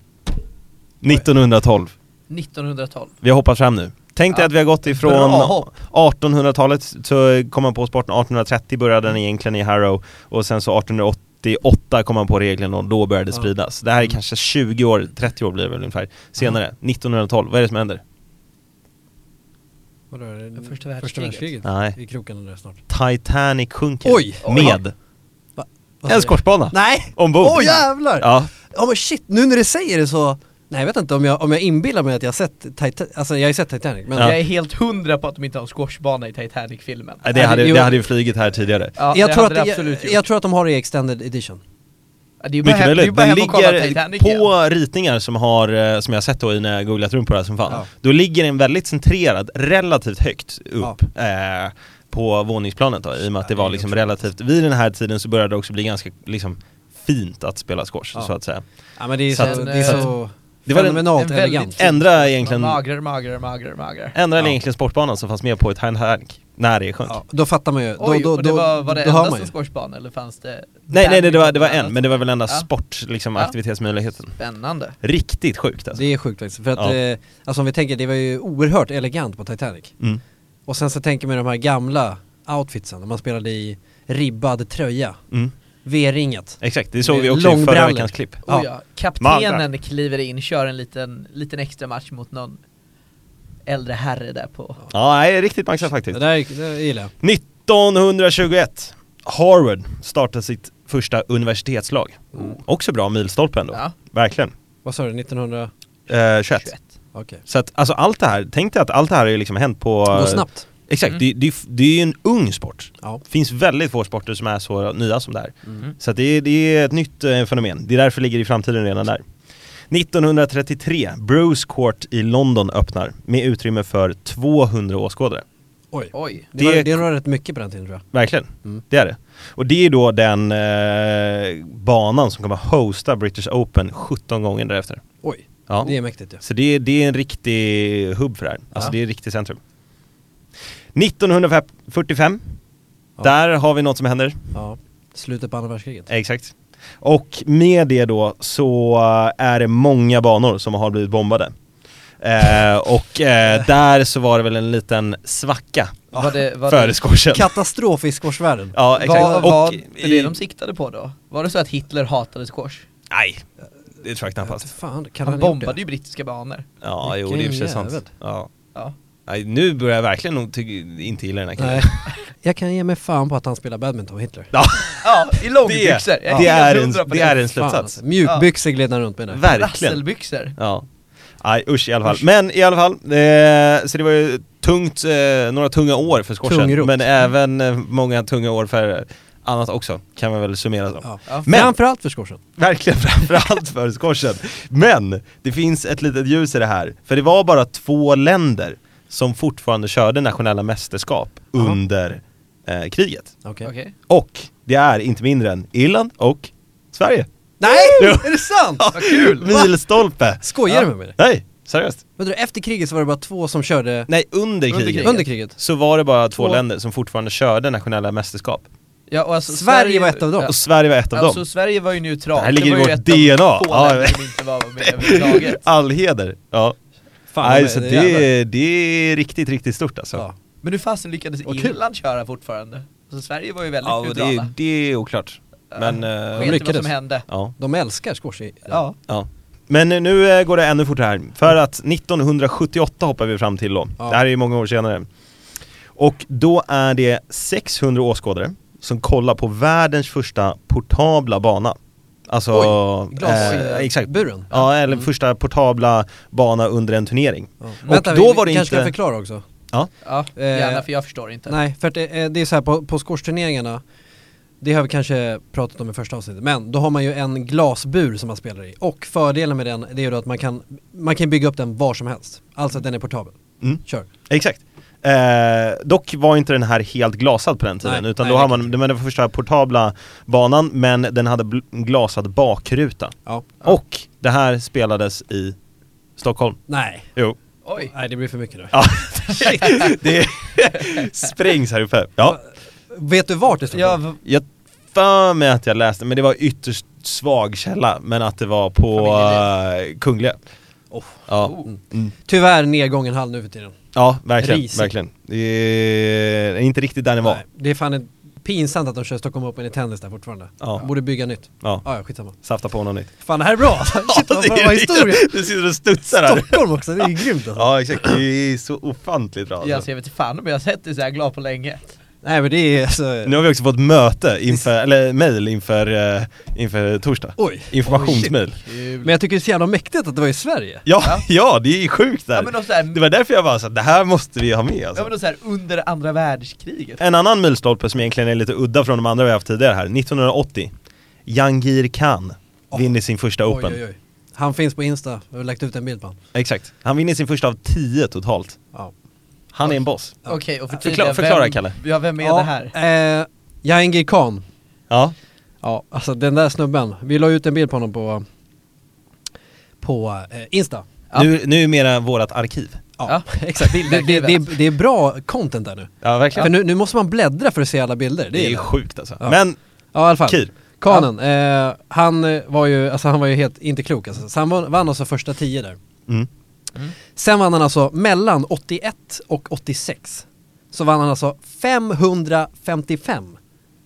Speaker 1: 1912.
Speaker 3: 1912.
Speaker 1: Vi har hoppat fram nu. Tänk dig
Speaker 3: Ja,
Speaker 1: att vi har gått ifrån
Speaker 3: bra hopp.
Speaker 1: 1800-talet så kom man på sporten, 1830 började den egentligen i Harrow och sen så 1888 kom man på reglerna och då började det
Speaker 2: Ja.
Speaker 1: spridas. Det här är
Speaker 2: Mm.
Speaker 1: kanske 20 år, 30 år blir det väl ungefär senare. 1912, vad är det som händer?
Speaker 2: Vadå, är det?
Speaker 3: Första världskriget.
Speaker 2: Första världskriget?
Speaker 1: Nej.
Speaker 2: I krokarna där snart.
Speaker 1: Titanic sjunker
Speaker 2: Oj!
Speaker 1: med
Speaker 2: Vad
Speaker 1: en
Speaker 2: säger jag?
Speaker 1: squashbana
Speaker 2: Nej!
Speaker 1: ombord.
Speaker 2: Åh jävlar! Ja.
Speaker 1: Ja,
Speaker 2: men shit, nu när du säger det så... Nej jag vet inte om jag, om jag inbillar mig att jag har sett Titanic, alltså jag har ju sett Titanic men
Speaker 3: Jag är helt hundra på att de inte har en squashbana i Titanic-filmen.
Speaker 1: det hade,
Speaker 2: Jo.
Speaker 1: det hade ju flugit här tidigare.
Speaker 3: Ja,
Speaker 2: jag,
Speaker 3: det
Speaker 2: tror
Speaker 3: hade
Speaker 2: att det,
Speaker 3: det absolut
Speaker 2: jag,
Speaker 3: gjort.
Speaker 2: jag tror att de har det i extended edition.
Speaker 3: Ja, det är ju bara
Speaker 1: Mycket
Speaker 3: hem- det är ju
Speaker 1: möjligt,
Speaker 3: bara
Speaker 1: den
Speaker 3: hem och kolla
Speaker 1: ligger
Speaker 3: Titanic igen.
Speaker 1: på ritningar som, har, eh, som jag har sett då i när jag googlat runt på det här som fan.
Speaker 2: Ja.
Speaker 1: Då ligger den väldigt centrerad, relativt högt upp eh, på våningsplanet då, i och med att det
Speaker 2: Ja, det
Speaker 1: var
Speaker 2: är
Speaker 1: liksom
Speaker 2: otroligt.
Speaker 1: relativt, vid den här tiden så började det också bli ganska liksom fint att spela squash
Speaker 2: Ja.
Speaker 1: så att säga.
Speaker 2: Ja men det är
Speaker 1: Så
Speaker 2: så,
Speaker 1: att-
Speaker 2: det är
Speaker 1: så att-
Speaker 2: så
Speaker 1: Det var den-
Speaker 2: fenomenalt
Speaker 3: en väldigt-
Speaker 2: elegant.
Speaker 1: Ändra egentligen,
Speaker 3: Magrare, magrare, magrare, magrare.
Speaker 1: ändra
Speaker 2: Typ Ja.
Speaker 1: egentligen sportbanan som fanns med på ett Titanic när det sjönk.
Speaker 2: Ja, då fattar man ju, då,
Speaker 3: Oj,
Speaker 2: då,
Speaker 3: och det
Speaker 2: då,
Speaker 3: var, var det
Speaker 2: då hör
Speaker 3: endast
Speaker 2: man ju.
Speaker 3: en squashbana eller fanns det?
Speaker 1: Nej, nej, nej det, var, det var
Speaker 3: Annat?
Speaker 1: en, men det var väl enda
Speaker 3: Ja.
Speaker 1: sport, liksom
Speaker 3: Ja.
Speaker 1: aktivitetsmöjligheten.
Speaker 3: Spännande.
Speaker 1: Riktigt sjukt alltså.
Speaker 2: Det är sjukt faktiskt, för att
Speaker 1: Ja.
Speaker 2: eh, alltså om vi tänker, det var ju oerhört elegant på Titanic.
Speaker 1: Mm.
Speaker 2: Och sen så tänker man ju de här gamla outfitsen, när man spelade i ribbad tröja,
Speaker 1: Mm.
Speaker 2: V-ringet.
Speaker 1: Exakt, det såg
Speaker 2: Med
Speaker 1: vi också i förra
Speaker 2: långbrallor.
Speaker 1: veckans klipp.
Speaker 2: Ja.
Speaker 3: Ja. ja. Kaptenen kliver in, kör en liten, liten extra match mot någon äldre herre där på...
Speaker 1: Ja, nej, riktigt maxat faktiskt.
Speaker 2: Det där det där gillar jag.
Speaker 1: 1921 Harvard startar sitt första universitetslag. Också bra milstolpe ändå.
Speaker 3: Ja,
Speaker 1: Verkligen.
Speaker 2: Vad sa du, 1900?
Speaker 1: Eh, 21.
Speaker 3: 21.
Speaker 2: Okej.
Speaker 1: Så att, alltså allt det här, tänk dig att allt det här har ju liksom hänt på...
Speaker 2: Gå snabbt.
Speaker 1: Exakt,
Speaker 3: Mm.
Speaker 1: det, det, det är ju en ung sport.
Speaker 2: Ja.
Speaker 1: Det finns väldigt få sporter som är så nya som det här.
Speaker 3: Mm.
Speaker 1: Så att det, är- det är ett nytt eh, fenomen. Det är därför det ligger i framtiden redan där. 1933, Bruce Court i London öppnar med utrymme för 200 åskådare.
Speaker 2: Oj.
Speaker 3: Oj.
Speaker 2: Det,
Speaker 1: Det-
Speaker 2: var, det var rätt mycket på den tiden tror jag.
Speaker 1: Verkligen,
Speaker 2: Mm.
Speaker 1: det är det. Och det är då den eh, banan som kommer hosta British Open 17 gånger därefter.
Speaker 2: Oj.
Speaker 1: Ja.
Speaker 2: Det är mäktigt ju.
Speaker 1: Så det är, det är en riktig hubb för det här. Alltså
Speaker 3: Ja.
Speaker 1: det är ett riktigt centrum. 1945,
Speaker 2: Ja.
Speaker 1: där har vi något som händer.
Speaker 2: Ja. Slutet på andra världskriget.
Speaker 1: Exakt. Och med det då så eh, är det många banor som har blivit bombade. Eh, och <laughs> eh, där så var det väl en liten svacka
Speaker 3: Var det, var
Speaker 1: före
Speaker 3: det,
Speaker 1: squashen.
Speaker 2: Katastrof i squashvärlden.
Speaker 1: Ja, exakt.
Speaker 3: vad, vad
Speaker 1: och,
Speaker 3: är det de siktade på då? Var det så att Hitler hatade squash?
Speaker 1: nej, det tror jag
Speaker 2: Jag vet
Speaker 1: knappast.
Speaker 2: inte fan, kan han ha
Speaker 3: Han
Speaker 2: gjort
Speaker 3: bombade
Speaker 2: det?
Speaker 3: ju brittiska banor.
Speaker 1: Ja, jo
Speaker 2: Vilken
Speaker 1: det är i och för sig
Speaker 2: jävel.
Speaker 1: sant. Ja.
Speaker 3: Ja.
Speaker 1: Nej, nu börjar jag verkligen nog ty- inte gilla den här killen.
Speaker 2: Nej. <laughs> Jag kan ge mig fan på att han spelar badminton med Hitler.
Speaker 1: <laughs> Ja,
Speaker 3: ja, <laughs> i långbyxor. Jag
Speaker 1: det, är
Speaker 3: helt
Speaker 1: en,
Speaker 3: hundra på
Speaker 1: det är en slutsats.
Speaker 2: Fan, alltså. mjukbyxor gled han runt med nu.
Speaker 1: <laughs> Verkligen.
Speaker 3: Rasselbyxor.
Speaker 1: Ja. Nej usch i alla fall.
Speaker 3: Usch.
Speaker 1: Men i alla fall, eh, så det var ju tungt, eh, några tunga år för squashen.
Speaker 2: Tungrot.
Speaker 1: Men även eh, många tunga år för annat också, kan man väl summera som.
Speaker 2: Ja.
Speaker 3: Ja.
Speaker 1: Men-
Speaker 2: Framförallt för squashen.
Speaker 1: Verkligen <laughs> framförallt för squashen. Men det finns ett litet ljus i det här, för det var bara två länder som fortfarande körde nationella mästerskap
Speaker 2: Jaha.
Speaker 1: under eh, kriget.
Speaker 2: Okej.
Speaker 3: Okej.
Speaker 1: Och det är inte mindre än Irland och Sverige.
Speaker 2: Nej!
Speaker 1: <laughs> Jo.
Speaker 2: Är det sant?
Speaker 1: Vad kul! <laughs> Milstolpe!
Speaker 2: Skojar du med mig?
Speaker 1: Nej, seriöst.
Speaker 2: Men du, efter kriget så var det bara två som körde
Speaker 1: Nej, under kriget,
Speaker 2: under kriget?
Speaker 1: så var det bara två
Speaker 2: Två.
Speaker 1: länder som fortfarande körde nationella mästerskap.
Speaker 3: Ja, och alltså,
Speaker 2: Sverige var ett av dem.
Speaker 3: Ja.
Speaker 1: Och Sverige var ett av
Speaker 3: Alltså
Speaker 1: dem.
Speaker 3: Sverige var ju neutralt,
Speaker 1: Det här ligger i
Speaker 3: var ju
Speaker 1: vårt
Speaker 3: ett
Speaker 1: DNA.
Speaker 3: av få
Speaker 1: Ja,
Speaker 3: länder
Speaker 1: jag
Speaker 3: som inte var med överhuvudtaget.
Speaker 1: <laughs> All heder! Ja.
Speaker 2: Fan,
Speaker 1: Nej,
Speaker 2: men-
Speaker 1: så det,
Speaker 2: jävlar.
Speaker 1: är, det är riktigt, riktigt stort alltså.
Speaker 2: Ja.
Speaker 3: Men hur fasen lyckades
Speaker 2: Vad kul.
Speaker 3: Irland köra fortfarande? Alltså Sverige var ju väldigt
Speaker 1: Ja, och det,
Speaker 3: neutrala.
Speaker 1: det är oklart. Men, eh, de
Speaker 3: Jag vet inte vad
Speaker 2: lyckades.
Speaker 3: som hände.
Speaker 1: Ja.
Speaker 2: De älskar squash i
Speaker 3: Ja.
Speaker 1: Ja. Men eh, nu eh, går det ännu fortare här, för att 1978 hoppar vi fram till då.
Speaker 2: Ja.
Speaker 1: Det här är ju många år senare. Och då är det 600 åskådare som kollar på världens första portabla bana. Alltså,
Speaker 2: Oj, glas-
Speaker 1: eh, exakt.
Speaker 2: buren.
Speaker 1: Ja, eller
Speaker 2: Mm.
Speaker 1: första portabla bana under en turnering.
Speaker 2: Ja.
Speaker 1: Och då var det
Speaker 2: kanske
Speaker 1: inte-
Speaker 2: kan förklara också.
Speaker 1: Ja.
Speaker 3: Ja, gärna för jag förstår inte.
Speaker 2: eh, Nej, för att det, är- det är så här på, på squashturneringarna det har vi kanske pratat om i första avsnittet, men då har man ju en glasbur som man spelar i och fördelen med den det är ju då att man kan, man kan bygga upp den var som helst, alltså att den är portabel.
Speaker 1: Mm.
Speaker 2: Kör.
Speaker 1: Exakt. Eh, dock var inte den här helt glasad på den tiden,
Speaker 2: Nej,
Speaker 1: utan
Speaker 2: nej,
Speaker 1: då har
Speaker 2: det
Speaker 1: man, det var den första portabla banan, men den hade bl- glasad bakruta.
Speaker 2: Ja.
Speaker 1: Och det här spelades i Stockholm.
Speaker 2: Nej.
Speaker 1: Jo.
Speaker 3: Oj.
Speaker 2: Nej det blir för mycket nu.
Speaker 1: Ja, det sprängs här uppe. Ja.
Speaker 2: Vet du vart det står?
Speaker 3: Ja, v-
Speaker 1: Jag för mig att jag läste, men det var ytterst svag källa, men att det var på eh, Kungliga.
Speaker 2: Oh.
Speaker 1: Ja.
Speaker 3: oh.
Speaker 1: Mm.
Speaker 2: Tyvärr nedgången halv nu för tiden.
Speaker 1: ja, verkligen.
Speaker 2: Risigt.
Speaker 1: verkligen. Det är inte riktigt där ni var.
Speaker 2: Nej, det är fan en- pinsamt att de kör Stockholm Open i tennis där fortfarande.
Speaker 1: Ja.
Speaker 2: Borde bygga nytt.
Speaker 1: Ja.
Speaker 2: Ah, ja, skitsamma.
Speaker 1: Safta på något nytt.
Speaker 2: Fan det här är bra! Shit vad, vad, vad historia!
Speaker 1: <laughs> Du sitter och studsar här.
Speaker 2: Stockholm också, det är ju grymt alltså.
Speaker 1: Ja exakt, det är så ofantligt bra
Speaker 3: jag
Speaker 1: alltså.
Speaker 3: ser inte fan om jag har sett dig så här glad på länge.
Speaker 2: Nej men det är alltså...
Speaker 1: Nu har vi också fått möte inför, eller mail inför, eh, inför torsdag.
Speaker 2: Oj!
Speaker 1: Informationsmail.
Speaker 2: Men jag tycker det är så jävla mäktigt att det var i Sverige.
Speaker 1: Ja,
Speaker 3: Ja.
Speaker 1: <laughs> ja det är sjukt där.
Speaker 3: Ja men och så här,
Speaker 1: Det var därför jag var så här, det här måste vi ha med
Speaker 3: ja,
Speaker 1: alltså.
Speaker 3: men och så här under andra världskriget.
Speaker 2: Eh,
Speaker 1: En annan milstolpe som egentligen är lite udda från de andra vi har haft tidigare här, 1980 Jangir Khan
Speaker 2: Åh.
Speaker 1: vinner sin första Open.
Speaker 2: Oj, oj, oj. Han finns på Insta, jag har lagt ut en bild på honom.
Speaker 1: Exakt. Han vinner sin första av tio totalt.
Speaker 2: Ja.
Speaker 1: Han är en boss.
Speaker 3: Okej, och för
Speaker 1: Förklara- förklara,
Speaker 3: vem,
Speaker 1: Kalle.
Speaker 3: Ja, vem är
Speaker 2: ja,
Speaker 3: det här?
Speaker 2: Eh, Jahangir Khan.
Speaker 1: Ja.
Speaker 2: Ja, alltså den där snubben. Vi la ut en bild på honom på, på eh, Insta.
Speaker 3: Ja.
Speaker 1: Nu, nu är mera vårat arkiv.
Speaker 2: Ja,
Speaker 3: Ja.
Speaker 2: <laughs> exakt. Det, det, det, det,
Speaker 3: Bildarkivet.
Speaker 2: är- det är bra content där nu.
Speaker 1: Ja verkligen.
Speaker 2: För nu, nu måste man bläddra för att se alla bilder.
Speaker 1: Det är ju
Speaker 2: gillar jag.
Speaker 1: sjukt alltså.
Speaker 2: Ja.
Speaker 1: Men
Speaker 2: Ja i alla fall.
Speaker 1: Kir.
Speaker 2: Kanen, eh, han eh, var ju, alltså han var ju helt, inte klok alltså. Så han vann- vann alltså första tio där.
Speaker 1: Mm.
Speaker 2: Sen vann han alltså mellan 81 och 86. Så vann han alltså 555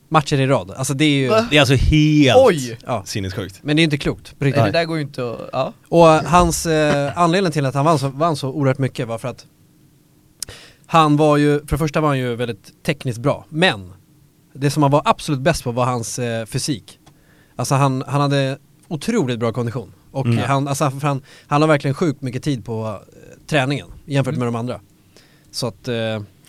Speaker 2: matcher i rad. Alltså det är ju,
Speaker 3: Va?
Speaker 1: Det är alltså helt
Speaker 3: Oj!
Speaker 2: ja.
Speaker 1: sinnessjukt.
Speaker 2: Men det är inte klokt på
Speaker 3: Nej, Det
Speaker 2: riktigt.
Speaker 3: där går ju inte att... Ja.
Speaker 2: Och eh, hans, eh, anledningen till att han vann så, vann så oerhört mycket var för att han var ju, för det första var han ju väldigt tekniskt bra, men det som han var absolut bäst på var hans eh, fysik. Alltså han, han hade otroligt bra kondition. Och
Speaker 1: Mm.
Speaker 2: eh, han, alltså för han, han la verkligen sjukt mycket tid på eh, träningen jämfört med de andra. Så att, eh,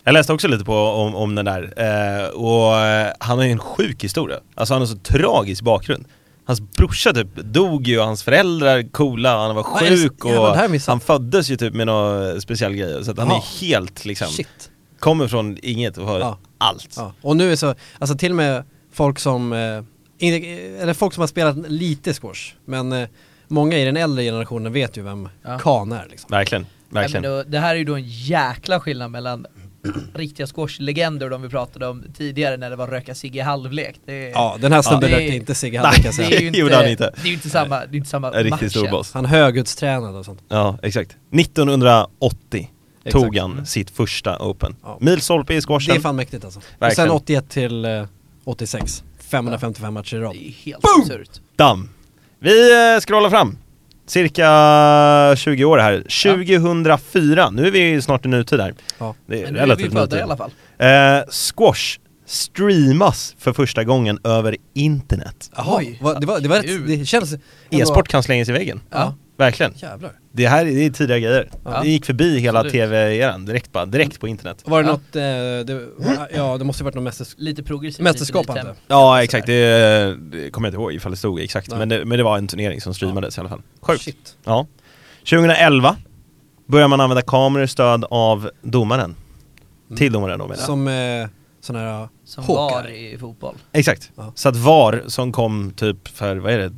Speaker 1: Jag läste också lite på om, om den där, eh, och eh, han har ju en sjuk historia. Alltså han har så tragisk bakgrund. Hans brorsa typ dog ju och hans föräldrar coola, han var
Speaker 2: Vad är det-
Speaker 1: sjuk
Speaker 2: jävlar, det här
Speaker 1: och
Speaker 2: missade
Speaker 1: han föddes ju typ med någon speciell grej. Så att han
Speaker 2: Ja.
Speaker 1: är helt liksom,
Speaker 2: shit.
Speaker 1: kommer från inget och har
Speaker 2: Ja.
Speaker 1: allt.
Speaker 2: Ja. Och nu är så, alltså till och med folk som, eh, in, eller folk som har spelat lite squash, men eh, många i den äldre generationen vet ju vem
Speaker 3: Ja.
Speaker 2: Khan är liksom.
Speaker 1: Verkligen,
Speaker 3: Nej, men
Speaker 1: verkligen.
Speaker 3: då, det här är ju då en jäkla skillnad mellan <clears throat> riktiga squashlegender, de vi pratade om tidigare när det var röka cigg i halvlek. Det är,
Speaker 2: Ja, den här snubben
Speaker 3: Eh, Ja.
Speaker 2: rökte inte cigg han
Speaker 1: Nej.
Speaker 2: kan jag
Speaker 3: det
Speaker 1: <laughs>
Speaker 2: säga.
Speaker 3: är ju
Speaker 1: det
Speaker 3: inte,
Speaker 1: gjorde han inte.
Speaker 3: Det är ju inte samma, det är inte samma
Speaker 1: En riktigt
Speaker 3: match
Speaker 1: stor
Speaker 3: än.
Speaker 1: boss.
Speaker 2: Han är högutstränad och sånt.
Speaker 1: Ja, exakt. 1980
Speaker 2: Exakt.
Speaker 1: tog han sitt första Open.
Speaker 2: Ja.
Speaker 1: Milstolpe i
Speaker 2: Det är
Speaker 1: squashen.
Speaker 2: fan mäktigt alltså. Och sen
Speaker 1: Verkligen.
Speaker 2: 81 till eh, 86, 555 matcher i rad.
Speaker 3: Det är ju helt
Speaker 2: Boom!
Speaker 3: absurt.
Speaker 1: Damm. Vi eh, scrollar fram. Cirka 20 år här. 2004, nu är vi snart i nutid här.
Speaker 2: Ja.
Speaker 1: Det är
Speaker 3: Men nu är vi
Speaker 1: relativt
Speaker 3: födda
Speaker 1: nutid.
Speaker 3: i alla fall.
Speaker 1: Eh, squash streamas för första gången över internet.
Speaker 2: Jaha,
Speaker 3: Oj.
Speaker 2: vad- det, var, det, var rätt,
Speaker 3: Kul.
Speaker 2: det känns... ändå-
Speaker 1: E-sport kan slängas i väggen.
Speaker 2: Ja.
Speaker 1: Verkligen.
Speaker 2: Jävlar.
Speaker 1: Det här det är tidiga grejer.
Speaker 3: Ja.
Speaker 1: Det gick förbi hela
Speaker 3: Absolut.
Speaker 1: tv-eran direkt bara, direkt på internet.
Speaker 2: Var det
Speaker 3: Ja.
Speaker 2: något, eh, det, ja det måste ju varit något mästerskap.
Speaker 3: Lite progressivt. lite
Speaker 2: Mästerskap
Speaker 3: lite-
Speaker 2: antar jag.
Speaker 1: Ja exakt, det, det kommer jag inte ihåg ifall det stod exakt.
Speaker 2: Nej.
Speaker 1: Men det, men det var en turnering som streamades i alla fall. Sjukt.
Speaker 2: Shit.
Speaker 1: Ja. 2011 börjar man använda kameror stöd av domaren. Till domaren då menar jag.
Speaker 2: Mm. Som eh, sån här eh,
Speaker 3: Som
Speaker 2: Hawkeye.
Speaker 3: var i fotboll.
Speaker 1: Exakt.
Speaker 2: Ja.
Speaker 1: Så att VAR som kom typ för, vad är det,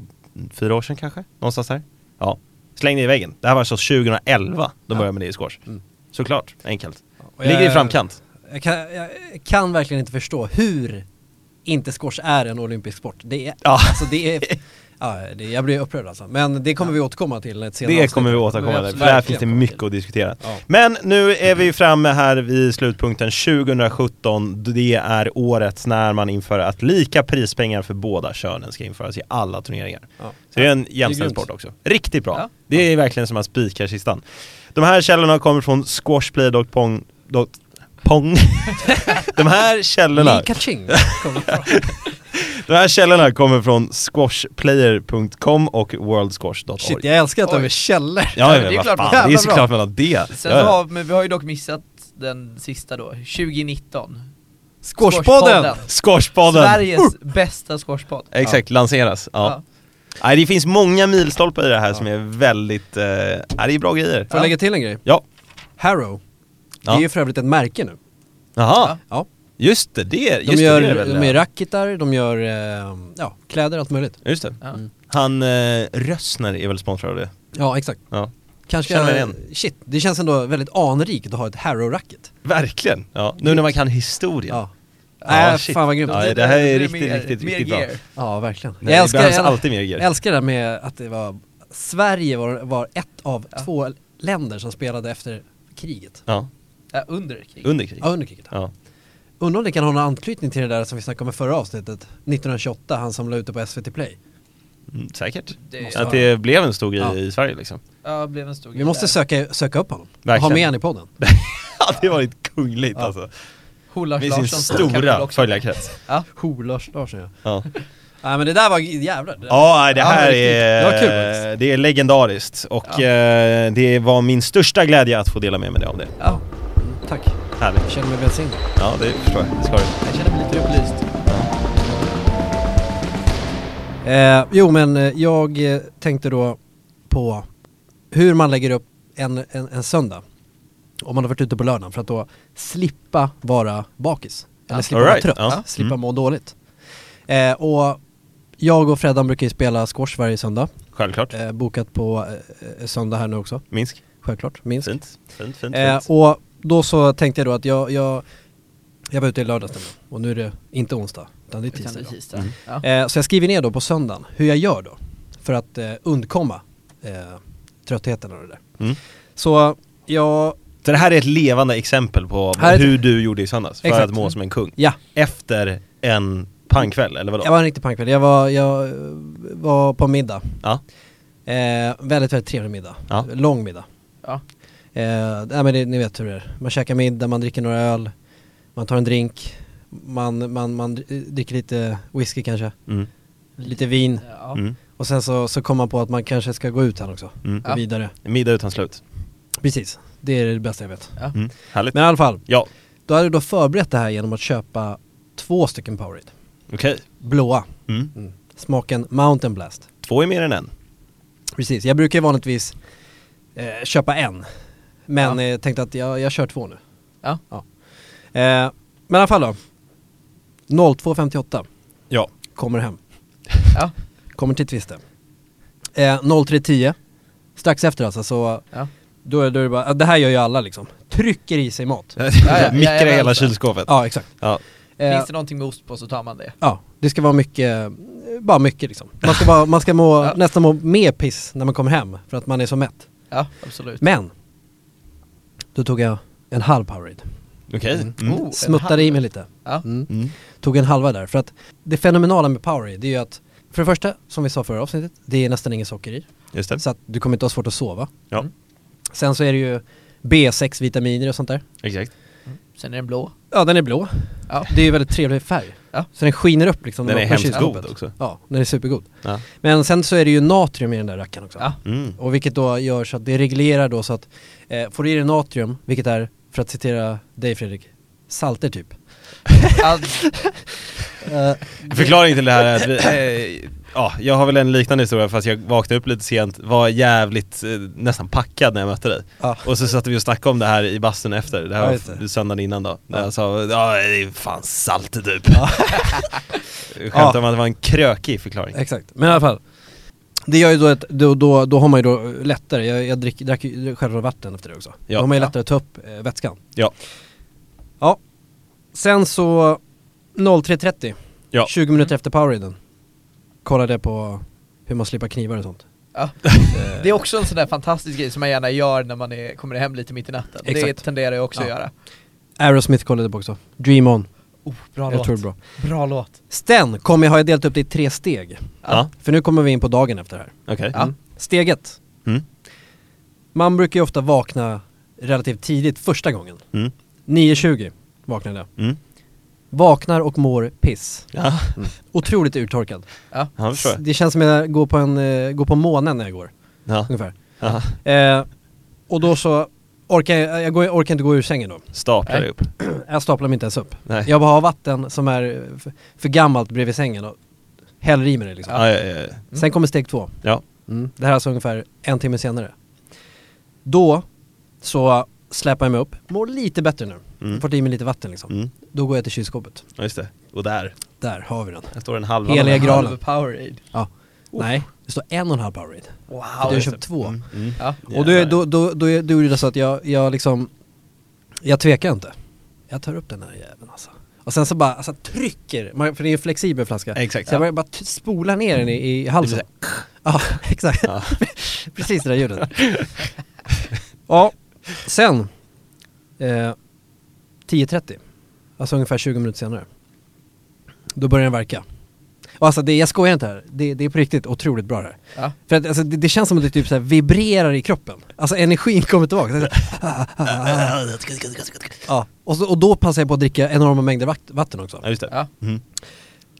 Speaker 1: fyra år sedan kanske? Någonstans där? Ja. Slängde i väggen. Det här var alltså 2011 de
Speaker 2: Ja.
Speaker 1: började med det i squash.
Speaker 2: Mm.
Speaker 1: Såklart, enkelt.
Speaker 2: Och
Speaker 1: Ligger i
Speaker 2: jag-
Speaker 1: framkant.
Speaker 2: Jag kan, jag kan verkligen inte förstå hur inte squash är en olympisk sport. Det är,
Speaker 1: Ja.
Speaker 2: alltså det är,
Speaker 1: <laughs>
Speaker 2: ja, det, jag blir upprörd alltså. Men det kommer vi återkomma till i ett senare
Speaker 1: Det
Speaker 2: avsnitt.
Speaker 1: kommer vi återkomma till, för
Speaker 2: Verkligen.
Speaker 1: där finns det mycket att diskutera.
Speaker 2: Ja.
Speaker 1: Men nu är vi framme här vid slutpunkten 2017. Det är året när man inför att lika prispengar för båda könen ska införas i alla turneringar.
Speaker 2: Ja.
Speaker 1: Så det är en
Speaker 2: Det är
Speaker 1: jämställd
Speaker 2: grymt.
Speaker 1: sport också. Riktigt bra.
Speaker 3: Ja.
Speaker 1: Det är verkligen som att spika kistan. De här källorna kommer från Squashplay och Pong... Dot, pong. <laughs> De här källorna... <laughs>
Speaker 2: Lika ching.
Speaker 1: De här källorna kommer från squashplayer.com och worldsquash.org.
Speaker 2: Shit, jag älskar att de
Speaker 3: Oj.
Speaker 2: är källor.
Speaker 1: Ja, ja,
Speaker 3: Det är
Speaker 1: det, är
Speaker 3: klart
Speaker 1: fan,
Speaker 3: man-
Speaker 1: det är
Speaker 2: Jävla
Speaker 1: såklart mellan det.
Speaker 3: Sen
Speaker 1: Ja,
Speaker 3: så
Speaker 1: ja.
Speaker 3: har, men vi har ju dock missat den sista då, 2019.
Speaker 2: Squashpodden!
Speaker 1: Squashpodden!
Speaker 3: Sveriges bästa squashpodd.
Speaker 1: Exakt, lanseras. Ja.
Speaker 3: Ja.
Speaker 1: Nej, det finns många milstolpar i det här som är väldigt, eh, nej, det är bra grejer.
Speaker 2: Får jag lägga till en grej?
Speaker 1: Ja,
Speaker 2: Harrow.
Speaker 1: Ja.
Speaker 2: Det är ju för övrigt ett märke nu.
Speaker 1: jaha.
Speaker 2: Ja.
Speaker 1: Just det, det, just
Speaker 2: De gör,
Speaker 1: det, det är väl
Speaker 2: de gör
Speaker 1: det.
Speaker 2: racketar, de gör eh, ja, kläder, allt möjligt.
Speaker 1: Just det.
Speaker 3: Ja.
Speaker 2: Mm.
Speaker 1: Han eh, Rössner är väl sponsrad av det?
Speaker 2: Ja, exakt.
Speaker 1: Ja.
Speaker 2: Kanske,
Speaker 1: Känner igen.
Speaker 2: shit, det känns ändå väldigt anrikt att ha ett Harrow-racket.
Speaker 1: Verkligen! Ja. Nu när man kan historien.
Speaker 2: Ja.
Speaker 1: Ja,
Speaker 2: Nej,
Speaker 1: shit.
Speaker 2: fan vad grymt.
Speaker 1: Ja, det här är riktigt, riktigt, riktigt bra.
Speaker 2: Ja, verkligen.
Speaker 1: Nej, det behövs alltid mer gear.
Speaker 2: jag älskar det här med att det var, Sverige var, var ett av två länder som spelade efter kriget.
Speaker 1: Ja,
Speaker 3: Ja, under krig.
Speaker 1: under krig.
Speaker 2: Ja, under kriget.
Speaker 1: Ja.
Speaker 2: Undrar om det kan ha någon anknytning till det där som vi snackade om i förra avsnittet, 1928, han som la ut det på SVT Play.
Speaker 1: Mm, säkert.
Speaker 3: Det-
Speaker 1: Att det blev en stor grej
Speaker 2: Ja.
Speaker 1: i Sverige liksom. <laughs>
Speaker 3: Ja, blev en stor
Speaker 2: Vi måste
Speaker 3: söka.
Speaker 2: söka, söka upp honom,
Speaker 1: Verkligen.
Speaker 2: ha med honom i podden.
Speaker 1: Ja, det var lite kungligt
Speaker 2: Ja.
Speaker 1: alltså.
Speaker 3: Lars
Speaker 1: Med sin
Speaker 3: Larsson som kapital
Speaker 1: stora
Speaker 3: också.
Speaker 1: följarkrets.
Speaker 3: Ja.
Speaker 2: Ho-Lars Larsson ja.
Speaker 1: Ja.
Speaker 2: Nej men det där var jävlar. Det där-
Speaker 1: Ja, nej, det
Speaker 2: Ja,
Speaker 1: här
Speaker 2: riktigt.
Speaker 1: är, eh,
Speaker 2: Det var kul faktiskt.
Speaker 1: det är legendariskt och
Speaker 3: Ja.
Speaker 1: eh, det var min största glädje att få dela med mig av det.
Speaker 3: Ja,
Speaker 2: Mm, Tack,
Speaker 1: Härligt.
Speaker 2: jag känner mig välsignad.
Speaker 1: Ja, det förstår jag. Det ska du.
Speaker 3: jag känner mig lite upplyst.
Speaker 2: Eh, jo men eh, jag eh, tänkte då på hur man lägger upp en, en, en söndag. Om man har varit ute på lördagen för att då slippa vara bakis. Eller
Speaker 3: Ja.
Speaker 2: slippa
Speaker 1: All
Speaker 2: vara
Speaker 1: right.
Speaker 2: trött,
Speaker 1: Ja.
Speaker 2: slippa
Speaker 1: Mm.
Speaker 2: må dåligt. Eh, och jag och Freddan brukar ju spela squash varje söndag.
Speaker 1: Självklart.
Speaker 2: Eh, bokat på eh, eh, söndag här nu också,
Speaker 1: Minsk.
Speaker 2: självklart. Minsk.
Speaker 1: Fint. Fint, fint,
Speaker 2: Eh,
Speaker 1: fint.
Speaker 2: och då så tänkte jag då att jag, jag, jag var ute i lördags nämligen. och nu är det inte onsdag utan det är
Speaker 3: Utan
Speaker 2: tisdag.
Speaker 3: det är
Speaker 2: idag.
Speaker 3: tisdag.
Speaker 1: Mm.
Speaker 3: Ja.
Speaker 2: Eh, så jag skriver ner då på söndagen hur jag gör då för att eh, undkomma eh, tröttheten och det där.
Speaker 1: Mm.
Speaker 2: Så jag,
Speaker 1: Så det här är ett levande exempel på
Speaker 2: Här är ett-
Speaker 1: hur du gjorde i söndags för
Speaker 2: Exakt.
Speaker 1: att må som en kung.
Speaker 2: ja,
Speaker 1: Efter en pangkväll, eller vadå?
Speaker 2: jag var en riktig pankväll. Jag var, jag eh, var på middag,
Speaker 1: Ja.
Speaker 2: eh, väldigt väldigt trevlig middag,
Speaker 1: Ja.
Speaker 2: lång middag.
Speaker 3: Ja.
Speaker 2: Eh, nej men det, ni vet hur det är. Man käkar middag, man dricker några öl, man tar en drink, man, man, man eh, dricker lite whisky kanske,
Speaker 1: Mm.
Speaker 2: lite vin
Speaker 3: Ja.
Speaker 1: Mm.
Speaker 2: och sen så, så kommer man på att man kanske ska gå ut här också,
Speaker 1: Mm.
Speaker 2: gå
Speaker 3: Ja.
Speaker 2: vidare.
Speaker 1: Middag utan slut.
Speaker 2: Precis, det är det bästa jag vet.
Speaker 3: Ja.
Speaker 1: Mm. Härligt.
Speaker 2: Men i alla fall,
Speaker 1: Ja,
Speaker 2: då hade du då förberett det här genom att köpa två stycken Powerade,
Speaker 1: okej.
Speaker 2: blåa,
Speaker 1: Mm.
Speaker 2: mm. smaken Mountain Blast.
Speaker 1: Två är mer än en.
Speaker 2: Precis, jag brukar ju vanligtvis eh, köpa en, men
Speaker 3: Ja.
Speaker 2: eh, tänkte att jag, jag kör två nu.
Speaker 3: Ja.
Speaker 2: Eh, men i alla fall då. 02.58
Speaker 1: <laughs> Ja.
Speaker 2: kommer hem.
Speaker 3: Ja.
Speaker 2: Kommer till Twiste. Eh, 03.10. Strax efter alltså så
Speaker 3: Ja.
Speaker 2: då är, då är det bara, ja, det här gör ju alla liksom. Trycker i sig mat.
Speaker 3: ja,
Speaker 1: Mikra
Speaker 3: jajamensan.
Speaker 1: hela kylskåpet.
Speaker 2: Ja exakt.
Speaker 1: Ja.
Speaker 2: Eh,
Speaker 3: Finns det någonting med ost på så tar man det.
Speaker 2: ja, det ska vara mycket, bara mycket liksom. Man ska, bara, man ska må,
Speaker 3: Ja.
Speaker 2: nästan må mer piss när man kommer hem för att man är så mätt.
Speaker 3: Ja, absolut.
Speaker 2: Men, då tog jag en halv Powerade.
Speaker 1: Okej. Mm.
Speaker 3: Oh, en
Speaker 2: Smuttade
Speaker 3: halv.
Speaker 2: i mig lite.
Speaker 3: Ja.
Speaker 2: Mm.
Speaker 1: Mm.
Speaker 2: tog en halva där. För att det fenomenala med Powerade det är ju att för det första, som vi sa förra avsnittet, det är nästan inget socker i.
Speaker 1: Just det.
Speaker 2: Så att du kommer inte ha svårt att sova.
Speaker 1: Ja,
Speaker 3: Mm.
Speaker 2: Sen så är det ju B6 vitaminer och sånt där.
Speaker 1: exakt.
Speaker 3: Sen är
Speaker 2: <laughs>
Speaker 3: den blå.
Speaker 2: Ja, den är blå.
Speaker 3: Ja.
Speaker 2: Det är ju väldigt trevlig färg.
Speaker 3: Ja.
Speaker 2: Så den skiner upp liksom. när
Speaker 1: Den
Speaker 2: man
Speaker 1: är
Speaker 2: öppnar
Speaker 1: hemskt
Speaker 2: kylskåpet.
Speaker 1: god också.
Speaker 2: Ja, den är supergod.
Speaker 1: Ja.
Speaker 2: Men sen så är det ju natrium i den där rackaren också.
Speaker 3: Ja.
Speaker 1: Mm.
Speaker 2: Och vilket då gör så att det reglerar då så att eh, får du i dig natrium, vilket är, för att citera dig Fredrik, salter typ.
Speaker 3: Ja,
Speaker 2: Eh,
Speaker 1: Förklaringen till det här är att vi, eh, ja, jag har väl en liknande historia fast jag vaknade upp lite sent, var jävligt eh, nästan packad när jag mötte dig.
Speaker 2: ja.
Speaker 1: Och så satt vi och snackade om det här i bastun efter, det här
Speaker 2: Ja,
Speaker 1: var
Speaker 2: just det.
Speaker 1: f- söndagen innan då. När
Speaker 2: Ja.
Speaker 1: jag sa, ja det är fan salt typ. <laughs>
Speaker 2: Ja.
Speaker 1: Skämtade om att det var en krökig förklaring.
Speaker 2: Exakt, men i alla fall. Det gör ju då att, då, då, då har man ju då lättare, jag, jag drick, drack ju själva vatten efter det också.
Speaker 1: Ja.
Speaker 2: Då har man ju
Speaker 3: Ja.
Speaker 2: lättare att ta upp eh, vätskan.
Speaker 1: Ja.
Speaker 2: Ja. Sen så 03.30
Speaker 1: Ja.
Speaker 2: 20 minuter efter poweraden kollade jag på hur man slipar knivar och sånt.
Speaker 3: Ja.
Speaker 2: Eh,
Speaker 3: Det är också en sån där fantastisk grej som man gärna gör när man är, kommer hem lite mitt i natten. Det
Speaker 2: Exakt.
Speaker 3: tenderar jag också
Speaker 2: Ja.
Speaker 3: att göra.
Speaker 2: Aerosmith kollade jag på också. Dream on.
Speaker 3: Oh, bra
Speaker 2: jag
Speaker 3: låt.
Speaker 2: tror det är bra.
Speaker 3: Bra låt.
Speaker 2: Sen kommer jag, har jag delat upp det i tre steg.
Speaker 1: Ja.
Speaker 2: För nu kommer vi in på dagen efter här.
Speaker 1: Okej.
Speaker 3: Ja.
Speaker 2: Mm. Steget.
Speaker 1: Mm.
Speaker 2: Man brukar ju ofta vakna relativt tidigt första gången.
Speaker 1: Mm.
Speaker 2: 9.20 vaknade jag.
Speaker 1: Mm.
Speaker 2: Vaknar och mår piss.
Speaker 1: Ja,
Speaker 2: Mm. Otroligt urtorkad.
Speaker 3: Ja.
Speaker 1: <laughs> ja, jag förstår.
Speaker 2: Det känns som att jag går på, en, eh, går på månen när jag går,
Speaker 1: Ja.
Speaker 2: ungefär.
Speaker 1: Ja.
Speaker 2: Eh, och då så orkar jag, jag går, jag orkar inte gå ur sängen då. <clears throat>
Speaker 1: Staplar
Speaker 3: Nej.
Speaker 1: upp.
Speaker 2: Jag staplar mig inte ens upp.
Speaker 1: Nej.
Speaker 2: Jag bara har vatten som är för, för gammalt bredvid sängen och häller i mig det liksom.
Speaker 1: Ja, Mm. ja, ja, ja.
Speaker 2: Sen kommer steg två.
Speaker 1: ja.
Speaker 2: Det här är alltså ungefär en timme senare. Då så släpar jag mig upp, mår lite bättre nu.
Speaker 1: Mm.
Speaker 2: Fått i mig lite vatten liksom.
Speaker 1: Mm.
Speaker 2: Då går jag till kylskåpet.
Speaker 1: ja, just det. Och där,
Speaker 2: Där har vi den.
Speaker 1: där står en halv
Speaker 2: Heliga
Speaker 1: annan.
Speaker 2: gra- Graalen.
Speaker 3: Halv Powerade.
Speaker 2: Ja. Nej, det står en och en halv Powerade.
Speaker 3: Wow.
Speaker 2: du har
Speaker 1: just
Speaker 2: köpt två.
Speaker 1: Oh. Mm. Mm.
Speaker 3: Ja.
Speaker 2: Och då, är- då, då, då, är- då gjorde det så att jag, jag liksom, jag tvekar inte. Jag tar upp den här jäveln alltså. Och sen så bara, alltså trycker, man, för det är en flexibel flaska.
Speaker 1: Exakt.
Speaker 2: Så jag bara, bara t- spolar ner den i, i halsen.
Speaker 1: Det
Speaker 2: Ja, <laughs> exakt.
Speaker 1: Ja.
Speaker 2: Precis det där ljudet. ja, sen eh, 10.30, alltså ungefär 20 minuter senare, då börjar den verka. Och alltså det, jag skojar inte här, det, det är på riktigt otroligt bra det här.
Speaker 3: Ja.
Speaker 2: För att alltså, det, det känns som att det typ så här vibrerar i kroppen. Alltså energin kommer tillbaka. Så- ja. och, så, och då passar jag på att dricka enorma mängder vakt- vatten också.
Speaker 1: Ja, just det.
Speaker 3: Ja.
Speaker 1: Mm.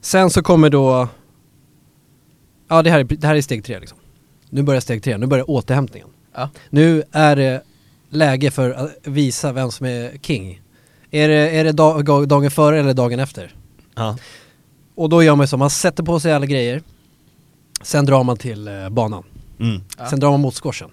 Speaker 2: Sen så kommer då... Ja, det här, är- det här är steg tre liksom. Nu börjar steg tre, nu börjar återhämtningen.
Speaker 3: Ja.
Speaker 2: Nu är det läge för att visa vem som är king. Är det, är det dag, dagen före eller dagen efter?
Speaker 1: Ja.
Speaker 2: Och då gör man ju så, man sätter på sig alla grejer. Sen drar man till eh, banan.
Speaker 1: Mm.
Speaker 3: Ja.
Speaker 2: Sen drar man mot skorsen.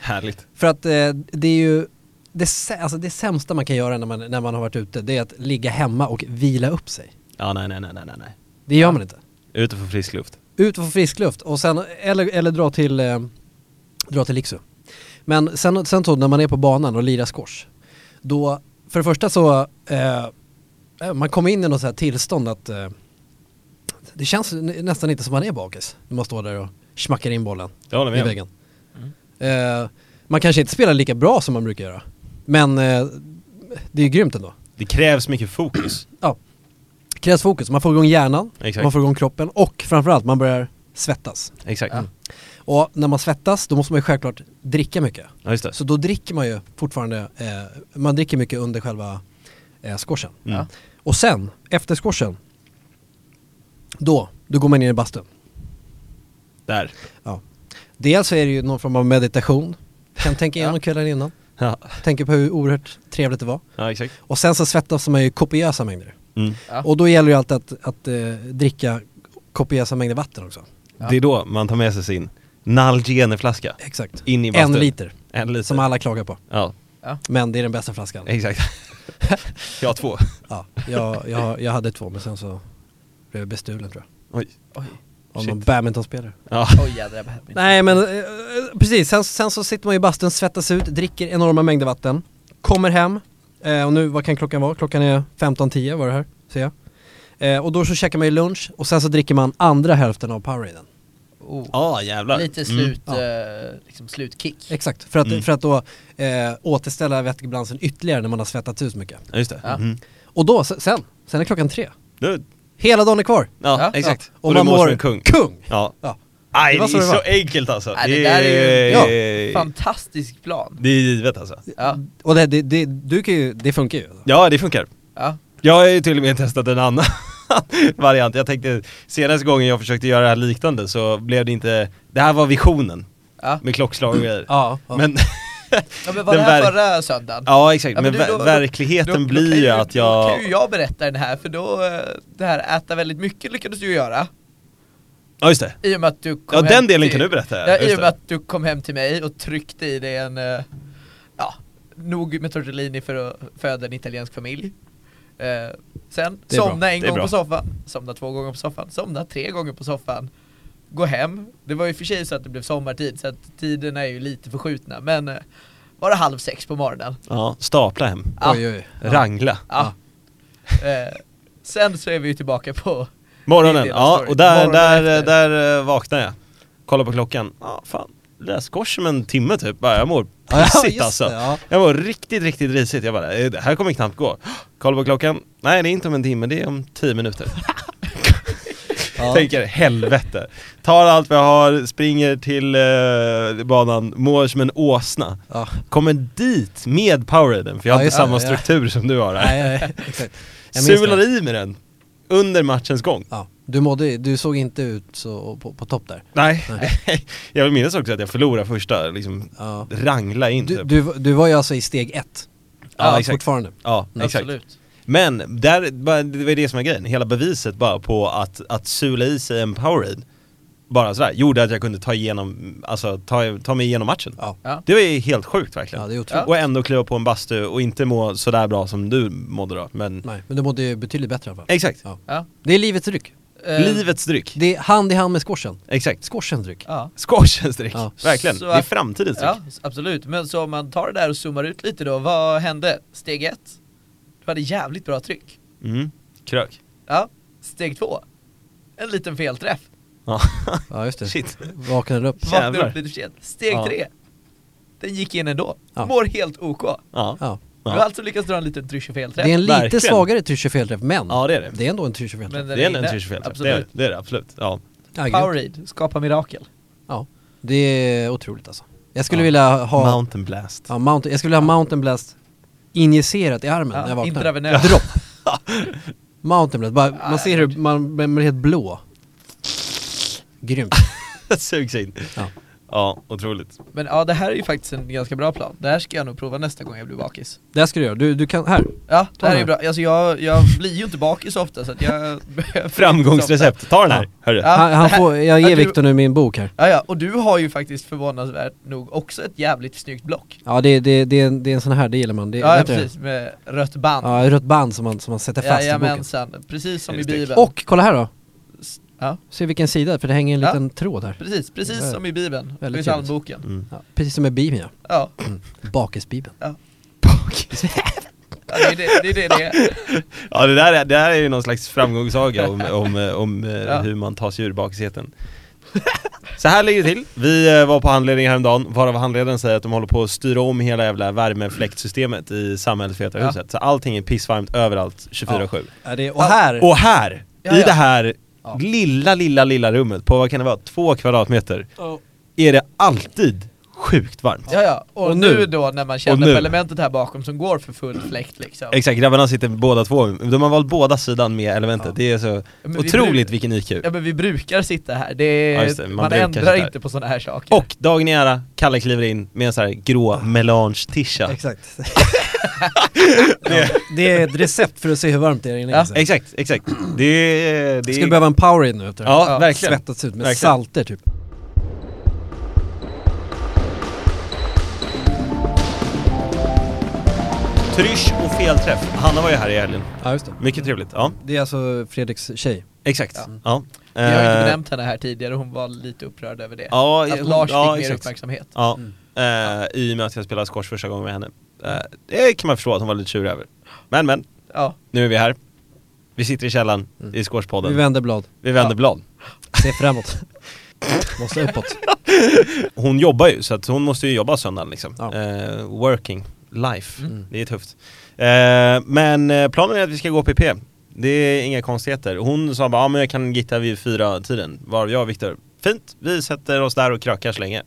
Speaker 1: Härligt.
Speaker 2: För att eh, det är ju det, sä- alltså det sämsta man kan göra när man, när man har varit ute, det är att ligga hemma och vila upp sig.
Speaker 1: Ja, nej, nej, nej, nej, nej, nej.
Speaker 2: Det gör man inte.
Speaker 1: Ute för frisk luft.
Speaker 2: Ut och få frisk luft och sen, eller, eller dra till, eh, dra till Lixu. Men sen, sen så när man är på banan och lirar squash, då, för det första så, eh, eh, man kommer in i något så här tillstånd att eh, det känns n- nästan inte som man är bakis när man står där och smackar in bollen
Speaker 1: Jag håller
Speaker 2: i
Speaker 1: med. Mm.
Speaker 2: väggen. Eh, man kanske inte spelar lika bra som man brukar göra, men eh, det är ju grymt ändå.
Speaker 1: Det krävs mycket fokus.
Speaker 2: Ja. Krävs fokus, man får igång hjärnan,
Speaker 1: Exakt.
Speaker 2: man får igång kroppen och framförallt man börjar svettas.
Speaker 1: <clears throat> Exakt.
Speaker 3: Ja.
Speaker 2: Och när man svettas då måste man ju självklart dricka mycket.
Speaker 1: Ja, just det.
Speaker 2: Så då dricker man ju fortfarande, eh, man dricker mycket under själva eh, squashen.
Speaker 1: Mm.
Speaker 3: Ja.
Speaker 2: Och sen, efter squashen, då, då går man in i bastun.
Speaker 1: Där.
Speaker 2: Ja. Dels så är det ju någon form av meditation, kan tänka igenom
Speaker 3: Ja.
Speaker 2: kvällen innan,
Speaker 1: Ja,
Speaker 2: tänker på hur oerhört trevligt det var.
Speaker 1: ja exakt.
Speaker 2: Och sen så svettas man ju kopiösa mängder.
Speaker 1: Mm.
Speaker 3: Ja.
Speaker 2: Och då gäller ju alltid att, att eh, dricka kopiösa mängder vatten också.
Speaker 3: Ja.
Speaker 1: Det är då man tar med sig sin Nalgene-flaska.
Speaker 2: Exakt.
Speaker 1: In i
Speaker 2: en
Speaker 1: bastun.
Speaker 2: liter,
Speaker 1: En liter.
Speaker 2: som alla klagar på.
Speaker 1: Ja,
Speaker 3: Ja.
Speaker 2: Men det är den bästa flaskan. <laughs>
Speaker 1: exakt. jag har två.
Speaker 2: Ja, jag, jag, jag hade två men sen så blev jag bestulen tror jag.
Speaker 1: Oj.
Speaker 3: Oj,
Speaker 2: Av
Speaker 1: Shit.
Speaker 2: någon badmintonspelare.
Speaker 1: Ja.
Speaker 3: oj jädrar. jag behöver inte.
Speaker 2: Nej men eh, eh, precis, sen, sen så sitter man i bastun, svettas ut, dricker enorma mängder vatten. Kommer hem, eh, och nu vad kan klockan vara? Klockan är 15.10 var det här, ser jag. Eh, och då så käkar man ju lunch och sen så dricker man andra hälften av poweraden.
Speaker 3: Oh.
Speaker 1: Ja, jävlar.
Speaker 3: Lite
Speaker 1: Mm.
Speaker 3: slut,
Speaker 2: Ja.
Speaker 3: eh, liksom slutkick.
Speaker 2: Exakt, för att,
Speaker 1: Mm.
Speaker 2: för att då eh, återställa vätskebalansen ytterligare när man har svettats ut så mycket.
Speaker 1: Ja, just det.
Speaker 3: Ja.
Speaker 1: Mhm.
Speaker 2: Och då, se- sen, sen är klockan tre.
Speaker 1: Du,
Speaker 2: Hela dagen är kvar.
Speaker 1: ja,
Speaker 3: Ja.
Speaker 1: exakt.
Speaker 2: Ja, och,
Speaker 1: du
Speaker 2: man
Speaker 1: mår
Speaker 2: mår
Speaker 1: som en kung.
Speaker 2: Kung!
Speaker 1: Ja.
Speaker 2: Ja.
Speaker 1: Aj,
Speaker 2: Det
Speaker 1: det
Speaker 2: var
Speaker 1: är
Speaker 2: så det
Speaker 1: så
Speaker 2: var.
Speaker 1: enkelt alltså.
Speaker 3: Nej, Äh, det där är ju-
Speaker 2: Ja,
Speaker 3: Fantastisk plan.
Speaker 1: Det är givet alltså.
Speaker 3: Ja,
Speaker 2: Och det, det, det, du kan ju, det funkar ju.
Speaker 1: Ja, det funkar.
Speaker 3: ja.
Speaker 1: Jag har ju till och med testat en annan <laughs> variant. Jag tänkte, senaste gången jag försökte göra det här liknande så blev det inte, det här var visionen
Speaker 3: Ja.
Speaker 1: med klockslag och grejer.
Speaker 2: Ja,
Speaker 1: <laughs>
Speaker 2: ja.
Speaker 1: Men,
Speaker 3: ja men var
Speaker 1: Den
Speaker 3: det här
Speaker 1: ver-
Speaker 3: förra söndagen?
Speaker 1: ja exakt,
Speaker 3: Ja,
Speaker 1: men,
Speaker 3: men du, då-
Speaker 1: ver-
Speaker 3: då-
Speaker 1: verkligheten
Speaker 3: då
Speaker 1: blir
Speaker 3: kan
Speaker 1: ju att jag...
Speaker 3: Då kan ju jag berätta den här, för då, eh, det här äta väldigt mycket lyckades du ju göra.
Speaker 1: Ja just det.
Speaker 3: I och med att du kom
Speaker 1: Ja
Speaker 3: hem
Speaker 1: den delen
Speaker 3: till,
Speaker 1: kan du berätta.
Speaker 3: Ja, I
Speaker 1: Just
Speaker 3: och med att du kom hem till mig och tryckte i dig en, eh, ja, nog med tortellini för att föda en italiensk familj. Eh, sen
Speaker 1: Det är bra.
Speaker 3: somna en
Speaker 1: Det är
Speaker 3: gång
Speaker 1: bra.
Speaker 3: på soffan, somna två gånger på soffan, somna tre gånger på soffan, gå hem. Det var ju för sig så att det blev sommartid så att tiderna är ju lite förskjutna men eh, var det halv sex på morgonen?
Speaker 1: det. Ja, stapla hem.
Speaker 3: Ja.
Speaker 2: Oj, oj, oj.
Speaker 1: Rangla.
Speaker 3: Ja. Eh, sen så är vi ju tillbaka på
Speaker 1: Morgonen,
Speaker 3: Det är det
Speaker 1: ja
Speaker 3: story.
Speaker 2: alltså,
Speaker 1: och där,
Speaker 3: Morgonen
Speaker 1: där, eh,
Speaker 3: efter.
Speaker 1: där eh, vaknar jag Kollar på klockan, ja fan Läskors om en timme typ, Bara, jag mår pissigt
Speaker 2: det,
Speaker 1: alltså
Speaker 2: ja.
Speaker 1: Jag mår riktigt, riktigt risigt, jag bara eh, det här kommer knappt gå Kollar på klockan, nej det är inte om en timme, det är om tio minuter
Speaker 2: <laughs> Ja.
Speaker 1: Tänker helvete Tar allt vad jag har, springer till eh, banan, mår som en åsna
Speaker 2: Ja.
Speaker 1: Kommer dit med poweraden, för jag har inte
Speaker 2: Ja, just
Speaker 1: samma
Speaker 2: det, ja.
Speaker 1: struktur som du har här
Speaker 2: <laughs> Nej,
Speaker 3: <laughs>
Speaker 2: nej, exakt. Jag minns
Speaker 1: Sular
Speaker 2: det.
Speaker 1: i med den under matchens gång
Speaker 2: Ja, du mådde, du såg inte ut så på, på topp där.
Speaker 1: Nej, <laughs> jag vill minnas också att jag förlorade första, liksom
Speaker 2: Ja.
Speaker 1: rangla in
Speaker 2: Du,
Speaker 1: typ.
Speaker 2: du, du var ju alltså i steg ett.
Speaker 1: Ja,
Speaker 2: Ja,
Speaker 1: exakt.
Speaker 2: Fortfarande.
Speaker 1: Ja, exakt.
Speaker 3: Absolut.
Speaker 1: Men där, bara- det var ju det som var grejen, hela beviset bara på att, att sula i sig en powerade bara sådär, gjorde att jag kunde ta igenom, alltså ta, ta mig igenom matchen.
Speaker 2: Ja,
Speaker 3: Ja.
Speaker 1: Det var ju helt sjukt verkligen.
Speaker 2: ja det är otroligt.
Speaker 3: Ja.
Speaker 1: Och ändå kliva på en bastu och inte må sådär bra som du mådde då, men
Speaker 2: Nej, men du mådde ju betydligt bättre i alla fall.
Speaker 1: exakt.
Speaker 2: Ja.
Speaker 3: Ja.
Speaker 2: Det är livets dryck.
Speaker 3: Eh,
Speaker 1: Livets dryck,
Speaker 2: Det är hand i hand med squashen.
Speaker 1: exakt.
Speaker 2: Squashens dryck.
Speaker 3: Ja.
Speaker 1: Squashens dryck,
Speaker 2: Ja.
Speaker 1: verkligen.
Speaker 3: Så
Speaker 1: det är
Speaker 3: att-
Speaker 1: framtidens dryck.
Speaker 3: ja, absolut. Men så om man tar det där och zoomar ut lite då, vad hände? Steg ett, du hade jävligt bra tryck.
Speaker 1: Mm. Krök.
Speaker 3: Ja. Steg två, en liten felträff.
Speaker 1: Ja, <laughs>
Speaker 2: Ja, just det.
Speaker 1: shit.
Speaker 2: Vaknade upp.
Speaker 1: Jävlar.
Speaker 3: Vaknade upp lite för sent. Steg
Speaker 1: Ja.
Speaker 3: tre, den gick in ändå.
Speaker 2: Ja.
Speaker 3: Mår helt OK.
Speaker 1: Ja.
Speaker 2: Ja.
Speaker 3: Du har alltså lyckats dra en liten
Speaker 2: Det
Speaker 3: tryschfelträff.
Speaker 2: är en lite
Speaker 1: Verkligen.
Speaker 2: svagare tyrtjofjälträff, men
Speaker 1: ja, det är det.
Speaker 2: det är ändå en tyrtjofjälträff.
Speaker 1: Det är en
Speaker 3: inne.
Speaker 1: N24-felträff, det, är-
Speaker 3: Absolut.
Speaker 1: det är det absolut. Ja.
Speaker 2: Ja, grymt.
Speaker 3: Powerade, skapa mirakel.
Speaker 2: ja, det är otroligt alltså. Jag skulle
Speaker 1: Ja.
Speaker 2: vilja ha...
Speaker 1: Mountain Blast.
Speaker 2: Ja, mountain, jag skulle vilja ha Mountain Blast injicerat i armen när jag
Speaker 3: Ja,
Speaker 2: vaknar.
Speaker 3: intravenös.
Speaker 2: Dropp. mountain Blast, bara, man
Speaker 3: Ja,
Speaker 2: ser hur man man blir helt blå.
Speaker 3: <laughs>
Speaker 2: Grymt.
Speaker 1: <laughs> Sugs in.
Speaker 2: Ja.
Speaker 1: Ja, otroligt.
Speaker 3: Men ja, det här är ju faktiskt en ganska bra plan. Det här ska jag nog prova nästa gång jag blir bakis.
Speaker 2: Det här ska du göra, du, du kan, här.
Speaker 3: Ja, det här är
Speaker 2: den
Speaker 3: ju bra. Alltså jag, jag blir ju inte bakis ofta så att jag <laughs>
Speaker 1: <laughs>
Speaker 3: behöver
Speaker 1: Framgångsrecept, ta den här,
Speaker 2: Ja.
Speaker 1: hörru.
Speaker 3: Ja.
Speaker 2: han, han
Speaker 3: det här-
Speaker 2: får, jag ger
Speaker 3: ja, du-
Speaker 2: Viktor nu min bok här.
Speaker 3: Ja, ja, och du har ju faktiskt förvånansvärt nog också ett jävligt snyggt block.
Speaker 2: Ja det, det, det, är en, det är en sån här, det gillar man. Det,
Speaker 3: Ja, ja
Speaker 2: vet du?
Speaker 3: precis, med rött band.
Speaker 2: Ja, ett rött band som man, som man sätter fast i boken.
Speaker 3: Jajamensan, precis som i
Speaker 1: Just det.
Speaker 3: Bibeln.
Speaker 2: Och kolla här då!
Speaker 3: S- Ja,
Speaker 2: Se vilken sida, för det hänger en
Speaker 3: Ja.
Speaker 2: liten tråd här.
Speaker 3: precis, precis som i Bibeln. Och i
Speaker 2: Väldigt
Speaker 3: psalmboken.
Speaker 1: Mm.
Speaker 2: Ja, precis som med Bibeln ja.
Speaker 3: Ja,
Speaker 2: Mm. Bakisbibeln.
Speaker 3: ja det, är det, det är det det är.
Speaker 1: Ja det där, är, det där är ju någon slags framgångssaga <laughs> om, om, eh, om eh,
Speaker 3: Ja.
Speaker 1: hur man tar sig ur bakisheten. <laughs> Så här ligger det till. Vi eh, var på handledning häromdagen, varav handledaren säger att de håller på att styra om hela jävla värmefläktsystemet i samhället för Vita
Speaker 3: Ja.
Speaker 1: huset. Så allting är pissvarmt överallt 24-7.
Speaker 2: Ja, det, och här!
Speaker 1: Och här,
Speaker 3: Ja,
Speaker 1: i
Speaker 3: ja.
Speaker 1: det här
Speaker 3: Ja.
Speaker 1: lilla, lilla, lilla rummet på vad kan det vara, två kvadratmeter, är det alltid sjukt varmt.
Speaker 3: Ja, ja. Och,
Speaker 2: Och
Speaker 3: nu
Speaker 2: nu.
Speaker 3: då när man
Speaker 1: Och
Speaker 3: känner
Speaker 1: nu.
Speaker 3: på elementet här bakom som går för full fläkt liksom.
Speaker 1: Exakt, grabbarna sitter båda två, de har valt båda sidan med elementet,
Speaker 2: Ja.
Speaker 1: det är så
Speaker 3: Men vi
Speaker 1: otroligt
Speaker 3: bru-
Speaker 1: vilken IQ.
Speaker 3: Ja men vi brukar sitta här, det är,
Speaker 1: Ja, just det, man
Speaker 3: man,
Speaker 1: brukar sitta
Speaker 3: ändrar
Speaker 1: här.
Speaker 3: inte på sådana här saker.
Speaker 1: Och dagen i ära, Kalle kliver in med en sån här grå melange-tisha. <laughs>
Speaker 2: Exakt. ja, det är ett recept för att se hur varmt det är inne.
Speaker 3: Ja,
Speaker 2: alltså.
Speaker 1: Exakt, exakt. Det är... Det
Speaker 2: Skulle
Speaker 1: är
Speaker 2: behöva en powerade nu efter det här.
Speaker 1: ja,
Speaker 3: Ja,
Speaker 1: verkligen.
Speaker 2: Svettats ut med
Speaker 1: Verkligen.
Speaker 2: salter typ.
Speaker 1: Trysch och felträff. Hanna var ju här i helgen.
Speaker 2: Ja just det.
Speaker 1: Mycket trevligt, ja.
Speaker 2: Det är alltså Fredriks tjej.
Speaker 1: Exakt.
Speaker 3: Ja.
Speaker 1: Ja.
Speaker 3: Vi har ju inte
Speaker 1: Eh,
Speaker 3: benämnt henne här tidigare, hon var lite upprörd över det.
Speaker 1: Ja,
Speaker 3: att
Speaker 1: hon-
Speaker 3: Lars fick
Speaker 1: ja,
Speaker 3: mer
Speaker 1: exakt.
Speaker 3: uppmärksamhet.
Speaker 1: Ja, eh, i och med att jag spelade squash första gången med henne. Eh, det kan man förstå att hon var lite tjurig över. Men men,
Speaker 3: Ja,
Speaker 1: nu är vi här. Vi sitter i källaren
Speaker 2: Mm.
Speaker 1: i squashpodden.
Speaker 2: Vi vänder blad.
Speaker 1: Vi vänder
Speaker 3: Ja.
Speaker 1: blad.
Speaker 2: Se
Speaker 1: <laughs>
Speaker 2: framåt. Måste uppåt.
Speaker 1: Hon jobbar ju, så att hon måste ju jobba söndagen liksom.
Speaker 2: Ja.
Speaker 1: Eh, working, life.
Speaker 2: Mm.
Speaker 1: Det är tufft. Eh, men eh, planen är att vi ska gå PP. Det är inga konstigheter. Hon sa bara, ah, men jag kan gitta vid fyra tiden. Var jag och Viktor, fint, vi sätter oss där och krökar så länge.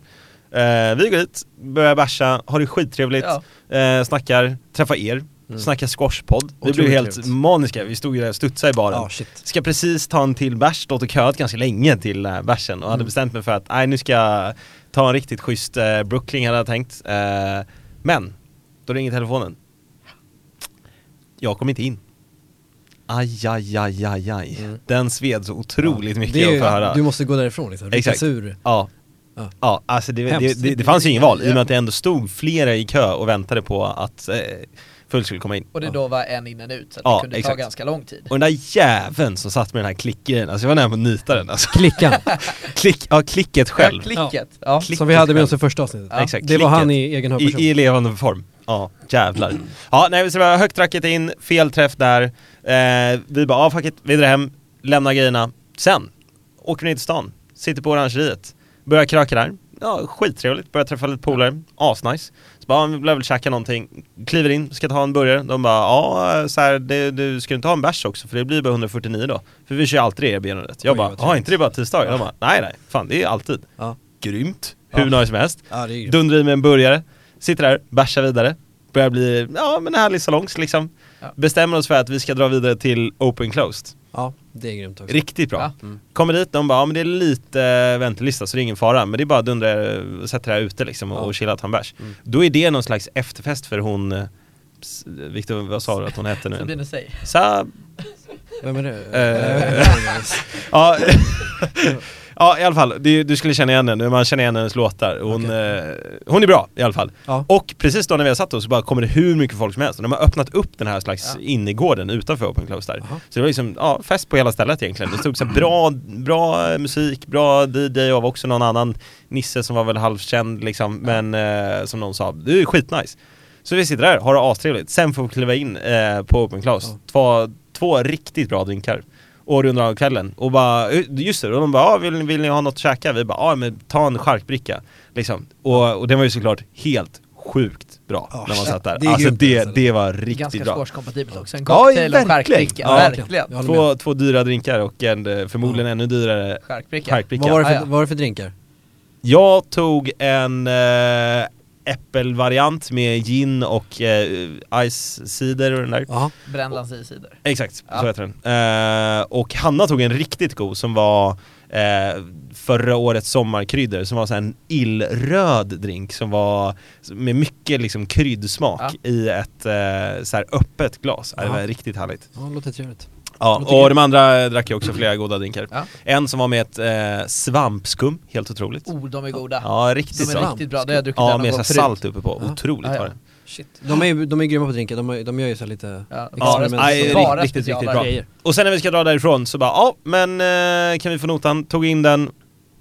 Speaker 1: Eh, vi går dit, börjar basha, har det skittrevligt.
Speaker 3: ja.
Speaker 1: eh, snackar, träffar er,
Speaker 2: Mm.
Speaker 1: snackar squashpodd. Vi
Speaker 2: Otroligt
Speaker 1: blev helt
Speaker 2: trevligt.
Speaker 1: maniska, vi stod ju där och studsade i baren.
Speaker 2: Ja shit.
Speaker 1: Ska precis ta en till bärs, stått och köat ganska länge till den här bärsen och hade
Speaker 2: Mm.
Speaker 1: bestämt mig för att nej nu ska jag ta en riktigt schysst eh, Brooklyn hade jag tänkt. Eh, men, då ringer telefonen. Jag kom inte in. Aj, aj, aj, aj, aj.
Speaker 2: Mm.
Speaker 1: Den sved så otroligt
Speaker 2: Ja.
Speaker 1: mycket
Speaker 2: Det är
Speaker 1: att
Speaker 2: ju-
Speaker 1: få höra.
Speaker 2: Du måste gå därifrån liksom.
Speaker 1: Exakt.
Speaker 2: Ryckas ur.
Speaker 1: Ja.
Speaker 2: Ja.
Speaker 1: Ja, alltså det, det,
Speaker 2: Hemskt.
Speaker 1: det, det fanns ju ingen val i och med att det ändå stod flera i kö och väntade på att eh, full skulle komma in.
Speaker 3: Och det
Speaker 2: Ja.
Speaker 3: då var en innan ut, så att
Speaker 1: Ja,
Speaker 3: det kunde
Speaker 1: exakt.
Speaker 3: ta ganska lång tid.
Speaker 1: Och den där jäveln som satt med den här klickgrejen, alltså jag var nära på att nita den alltså.
Speaker 2: Klickan.
Speaker 1: Klick, ja, klicket själv.
Speaker 3: Ja, klicket,
Speaker 1: <laughs>
Speaker 3: ja.
Speaker 1: Klicket
Speaker 2: som vi hade med
Speaker 1: själv.
Speaker 2: oss i första avsnittet.
Speaker 3: Ja.
Speaker 1: Exakt,
Speaker 2: Det var
Speaker 1: klicket.
Speaker 2: han i egen hög person.
Speaker 1: I, I levande form. Ja, jävlar. Ja, nej så det var högt racket in, fel träff där. Eh, vi bara, ja fuck it, vi drar hem. lämnar grejerna. Sen åker ni till stan, sitter på orangeriet, börjar kröka där. Ja, skittrevligt. Börjar träffa lite polare. Asnice. Så bara, vi lär väl käka någonting. Kliver in, ska ta en burgare. De bara, ja så här, det, du ska inte ha en bärs också för det blir bara 149 då. För vi kör ju alltid det erbjudandet. Jag
Speaker 2: Oj,
Speaker 1: bara,
Speaker 2: vad
Speaker 1: ja
Speaker 2: trevligt.
Speaker 1: inte det bara tisdagar? De bara, nej nej, fan det är alltid.
Speaker 2: Ja.
Speaker 1: Grymt.
Speaker 2: Ja.
Speaker 1: Hur nice som helst.
Speaker 2: Ja, det är ju grymt.
Speaker 1: Dundrar i med en burgare, sitter där, bärsar vidare. Börjar bli, ja men härlig salongs liksom.
Speaker 3: Ja.
Speaker 1: Bestämmer oss för att vi ska dra vidare till Open Closed.
Speaker 2: Ja, det är grymt också.
Speaker 1: Riktigt bra.
Speaker 3: Ja.
Speaker 2: Mm.
Speaker 1: Kommer dit, de bara ja men det är lite eh, väntelista så det är ingen fara men det är bara att dundra er, eh, sätta er här ute liksom och,
Speaker 2: Ja.
Speaker 1: och chilla och ta en bärs.
Speaker 2: Mm.
Speaker 1: Då är det någon slags efterfest för hon, eh, s- Victor vad sa du att hon hette nu?
Speaker 3: Sabine säger.
Speaker 1: Sa,
Speaker 2: <laughs> Vem är det?
Speaker 1: Eh. <laughs> ja, ja i alla fall, du, du skulle känna igen henne, man känner igen hennes låtar. Hon,
Speaker 2: Okej.
Speaker 1: eh, hon är bra i alla fall.
Speaker 2: ja.
Speaker 1: Och precis då när vi har satt oss så bara kommer det hur mycket folk som helst. De har öppnat upp den här slags
Speaker 3: Ja.
Speaker 1: innergården utanför Open Close där.
Speaker 2: Jaha.
Speaker 1: Så det var liksom, ja, fest på hela stället egentligen. Det stod så här bra, bra musik, bra DJ och var också någon annan nisse som var väl halvkänd liksom, men eh, som någon sa, det är skitnice. Så vi sitter där, har det astrevligt. Sen får vi kliva in eh, på Open Close.
Speaker 2: Ja.
Speaker 1: Två, två riktigt bra drinkar. Och rundar av kvällen och bara, just det, och de bara ah, vill, vill ni ha något att käka? Vi bara ah, men ta en charkbricka liksom. och, och den var ju såklart helt sjukt bra
Speaker 2: Ja,
Speaker 1: när man
Speaker 2: shit.
Speaker 1: satt där
Speaker 2: Det är
Speaker 1: Alltså
Speaker 2: grymt,
Speaker 1: det,
Speaker 2: alltså.
Speaker 1: det var riktigt
Speaker 3: Ganska
Speaker 1: bra
Speaker 3: svårskompatibelt också. En
Speaker 1: Ja,
Speaker 3: cocktail
Speaker 1: verkligen.
Speaker 3: och charkbricka.
Speaker 1: Ja,
Speaker 3: verkligen.
Speaker 2: Jag håller med.
Speaker 1: två, två dyra drinkar och en eh, förmodligen ännu dyrare
Speaker 3: Charkbricka.
Speaker 1: charkbricka
Speaker 2: Vad var det för,
Speaker 3: Ja, ja.
Speaker 2: vad var det för drinkar?
Speaker 1: Jag tog en äh, äppelvariant med gin och eh, ice cider och den där
Speaker 2: Jaha.
Speaker 3: Brännlands i sidor.
Speaker 1: Exakt,
Speaker 3: Ja.
Speaker 1: så heter den. Eh, och Hanna tog en riktigt god som var eh, förra årets sommarkryddor som var så här en illröd drink som var med mycket liksom kryddsmak i ett eh, så här öppet glas. Ja. Det var
Speaker 2: Ja.
Speaker 1: riktigt härligt.
Speaker 2: Ja, det låter trevligt.
Speaker 1: Ja,
Speaker 2: Låter
Speaker 1: och
Speaker 2: gött.
Speaker 1: de andra eh, drack ju också flera goda drinkar.
Speaker 3: Ja.
Speaker 1: En som var med ett eh, svampskum, helt otroligt.
Speaker 3: Oh, de är goda.
Speaker 1: Ja, riktigt
Speaker 3: de är
Speaker 1: bra.
Speaker 3: riktigt bra. Det har jag druckit
Speaker 1: Ja,
Speaker 3: en
Speaker 1: med så
Speaker 3: gång
Speaker 1: här
Speaker 3: förut.
Speaker 1: salt uppe på.
Speaker 2: Ja.
Speaker 1: Otroligt
Speaker 3: Ja, ja.
Speaker 1: var det.
Speaker 3: Shit.
Speaker 2: De är ju de är grymma på drinkar, de, de gör ju så här lite
Speaker 3: Ja,
Speaker 1: Ja,
Speaker 2: Ja,
Speaker 3: bara,
Speaker 2: men-
Speaker 1: nej,
Speaker 3: liksom bara
Speaker 1: riktigt, riktigt
Speaker 3: speciala
Speaker 1: bra.
Speaker 3: grejer.
Speaker 1: Och sen när vi ska dra därifrån så bara, ja men eh, kan vi få notan? Tog in den,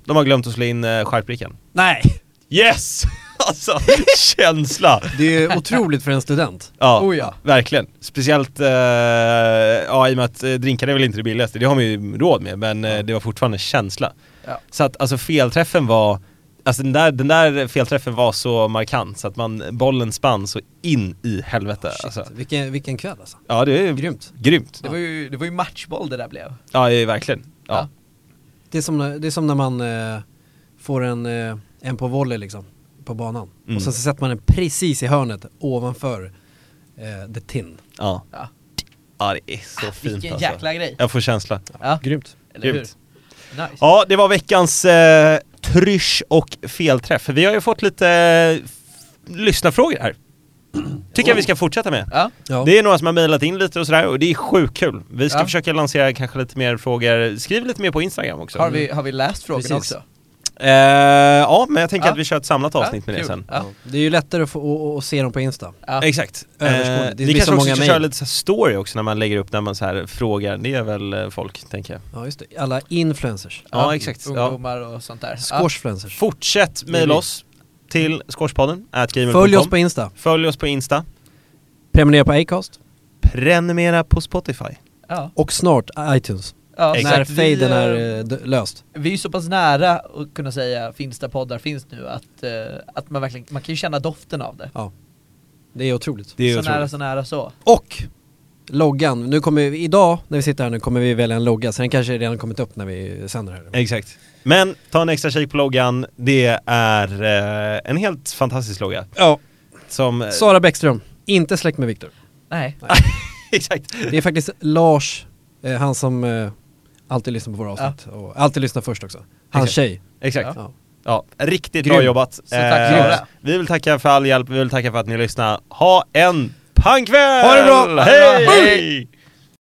Speaker 1: de har glömt att slå in eh, charkbrickan.
Speaker 2: Nej!
Speaker 1: Yes! <laughs>
Speaker 3: <laughs>
Speaker 1: Alltså, känsla!
Speaker 2: Det
Speaker 1: <laughs>
Speaker 2: är ju otroligt för en student.
Speaker 1: Ja,
Speaker 3: Oh ja.
Speaker 1: verkligen. Speciellt, eh, ja i och med att eh, drinkar är väl inte det billigaste, det har man ju råd med, men eh, det var fortfarande känsla.
Speaker 3: Ja.
Speaker 1: Så att alltså felträffen var, alltså den där, den där felträffen var så markant så att man, bollen spann så in i helvete. alltså.
Speaker 2: Shit, vilken, vilken kväll alltså.
Speaker 1: Ja det är ju
Speaker 2: Grymt.
Speaker 1: grymt.
Speaker 3: Det var ju, det var ju matchboll det där blev.
Speaker 1: Ja, det är verkligen. Ja.
Speaker 3: Ja.
Speaker 2: Det är som, när- det är som när man eh, får en, eh, en på volley liksom, på banan.
Speaker 1: Mm.
Speaker 2: Och sen så sätter man den precis i hörnet ovanför eh, the tin.
Speaker 1: Ja.
Speaker 3: Ja.
Speaker 1: ja, det är så fint
Speaker 3: Ah, Vilken
Speaker 1: alltså.
Speaker 3: jäkla grej.
Speaker 1: Jag får känsla.
Speaker 3: Ja,
Speaker 2: Grymt.
Speaker 3: eller hur?
Speaker 1: grymt.
Speaker 3: Nice.
Speaker 1: Ja, det var veckans eh, trysch och felträff. Vi har ju fått lite eh, f- lyssnarfrågor här. Tycker jag vi ska fortsätta med.
Speaker 3: Ja.
Speaker 2: Ja.
Speaker 1: Det är några som har mejlat in lite och sådär och det är sjukt kul. Vi ska
Speaker 3: Ja.
Speaker 1: försöka lansera kanske lite mer frågor. Skriv lite mer på Instagram också. Mm.
Speaker 3: Har, vi, har vi läst frågan
Speaker 2: Precis.
Speaker 3: också?
Speaker 1: Eh, ja, men jag tänker
Speaker 3: Ja.
Speaker 1: att vi kör ett samlat avsnitt med det
Speaker 3: kul.
Speaker 1: sen.
Speaker 3: Ja.
Speaker 2: Det är ju lättare att få, och, och se dem på Insta.
Speaker 3: Ja.
Speaker 1: Exakt. Eh,
Speaker 2: Överskådligt. Det
Speaker 1: vi
Speaker 2: blir så
Speaker 1: kanske också
Speaker 2: många
Speaker 1: ska köra
Speaker 2: mejl.
Speaker 1: lite så här story också när man lägger upp när man så här frågar. Det är väl eh, folk, tänker jag.
Speaker 2: Ja just det, alla influencers.
Speaker 1: Ja, exakt. Ja.
Speaker 3: Ungdomar och sånt där.
Speaker 2: Squashfluencers.
Speaker 1: Fortsätt mejla oss till squashpodden,
Speaker 2: Följ oss på Insta.
Speaker 1: Följ oss på Insta.
Speaker 2: Prenumerera på Acast.
Speaker 1: Prenumerera på Spotify.
Speaker 3: Ja.
Speaker 2: Och snart iTunes.
Speaker 3: Ja.
Speaker 1: Exakt.
Speaker 2: Alltså, När faden
Speaker 3: Vi, eh,
Speaker 2: är eh, d- löst.
Speaker 3: Vi är ju så pass nära att kunna säga finns där poddar finns nu att, eh, att man verkligen man kan ju känna doften av det.
Speaker 2: Ja. Det är otroligt.
Speaker 1: Det är
Speaker 3: så
Speaker 1: otroligt.
Speaker 3: nära, så nära så.
Speaker 2: Och loggan. Nu kommer vi, idag när vi sitter här nu kommer vi välja en logga. Sen kanske det redan kommit upp när vi sänder här.
Speaker 1: Exakt. Men ta en extra kik på loggan. Det är eh, en helt fantastisk logga.
Speaker 2: Ja.
Speaker 1: Som... eh,
Speaker 2: Sara Bäckström, inte släkt med Viktor.
Speaker 3: Nej.
Speaker 1: <laughs> exakt.
Speaker 2: Det är faktiskt Lars, eh, han som eh, alltid lyssnar på våra avsnitt. Och alltid lyssnar först också. Hans
Speaker 1: Exakt.
Speaker 2: tjej.
Speaker 1: Exakt. Ja.
Speaker 2: Ja.
Speaker 1: Riktigt
Speaker 2: Grym.
Speaker 1: bra jobbat.
Speaker 3: tack
Speaker 1: Eh,
Speaker 3: för det.
Speaker 1: vi vill tacka för all hjälp, vi vill tacka för att ni lyssnade. Ha en pankväll!
Speaker 2: Ha det bra!
Speaker 1: Hej!
Speaker 3: Hej!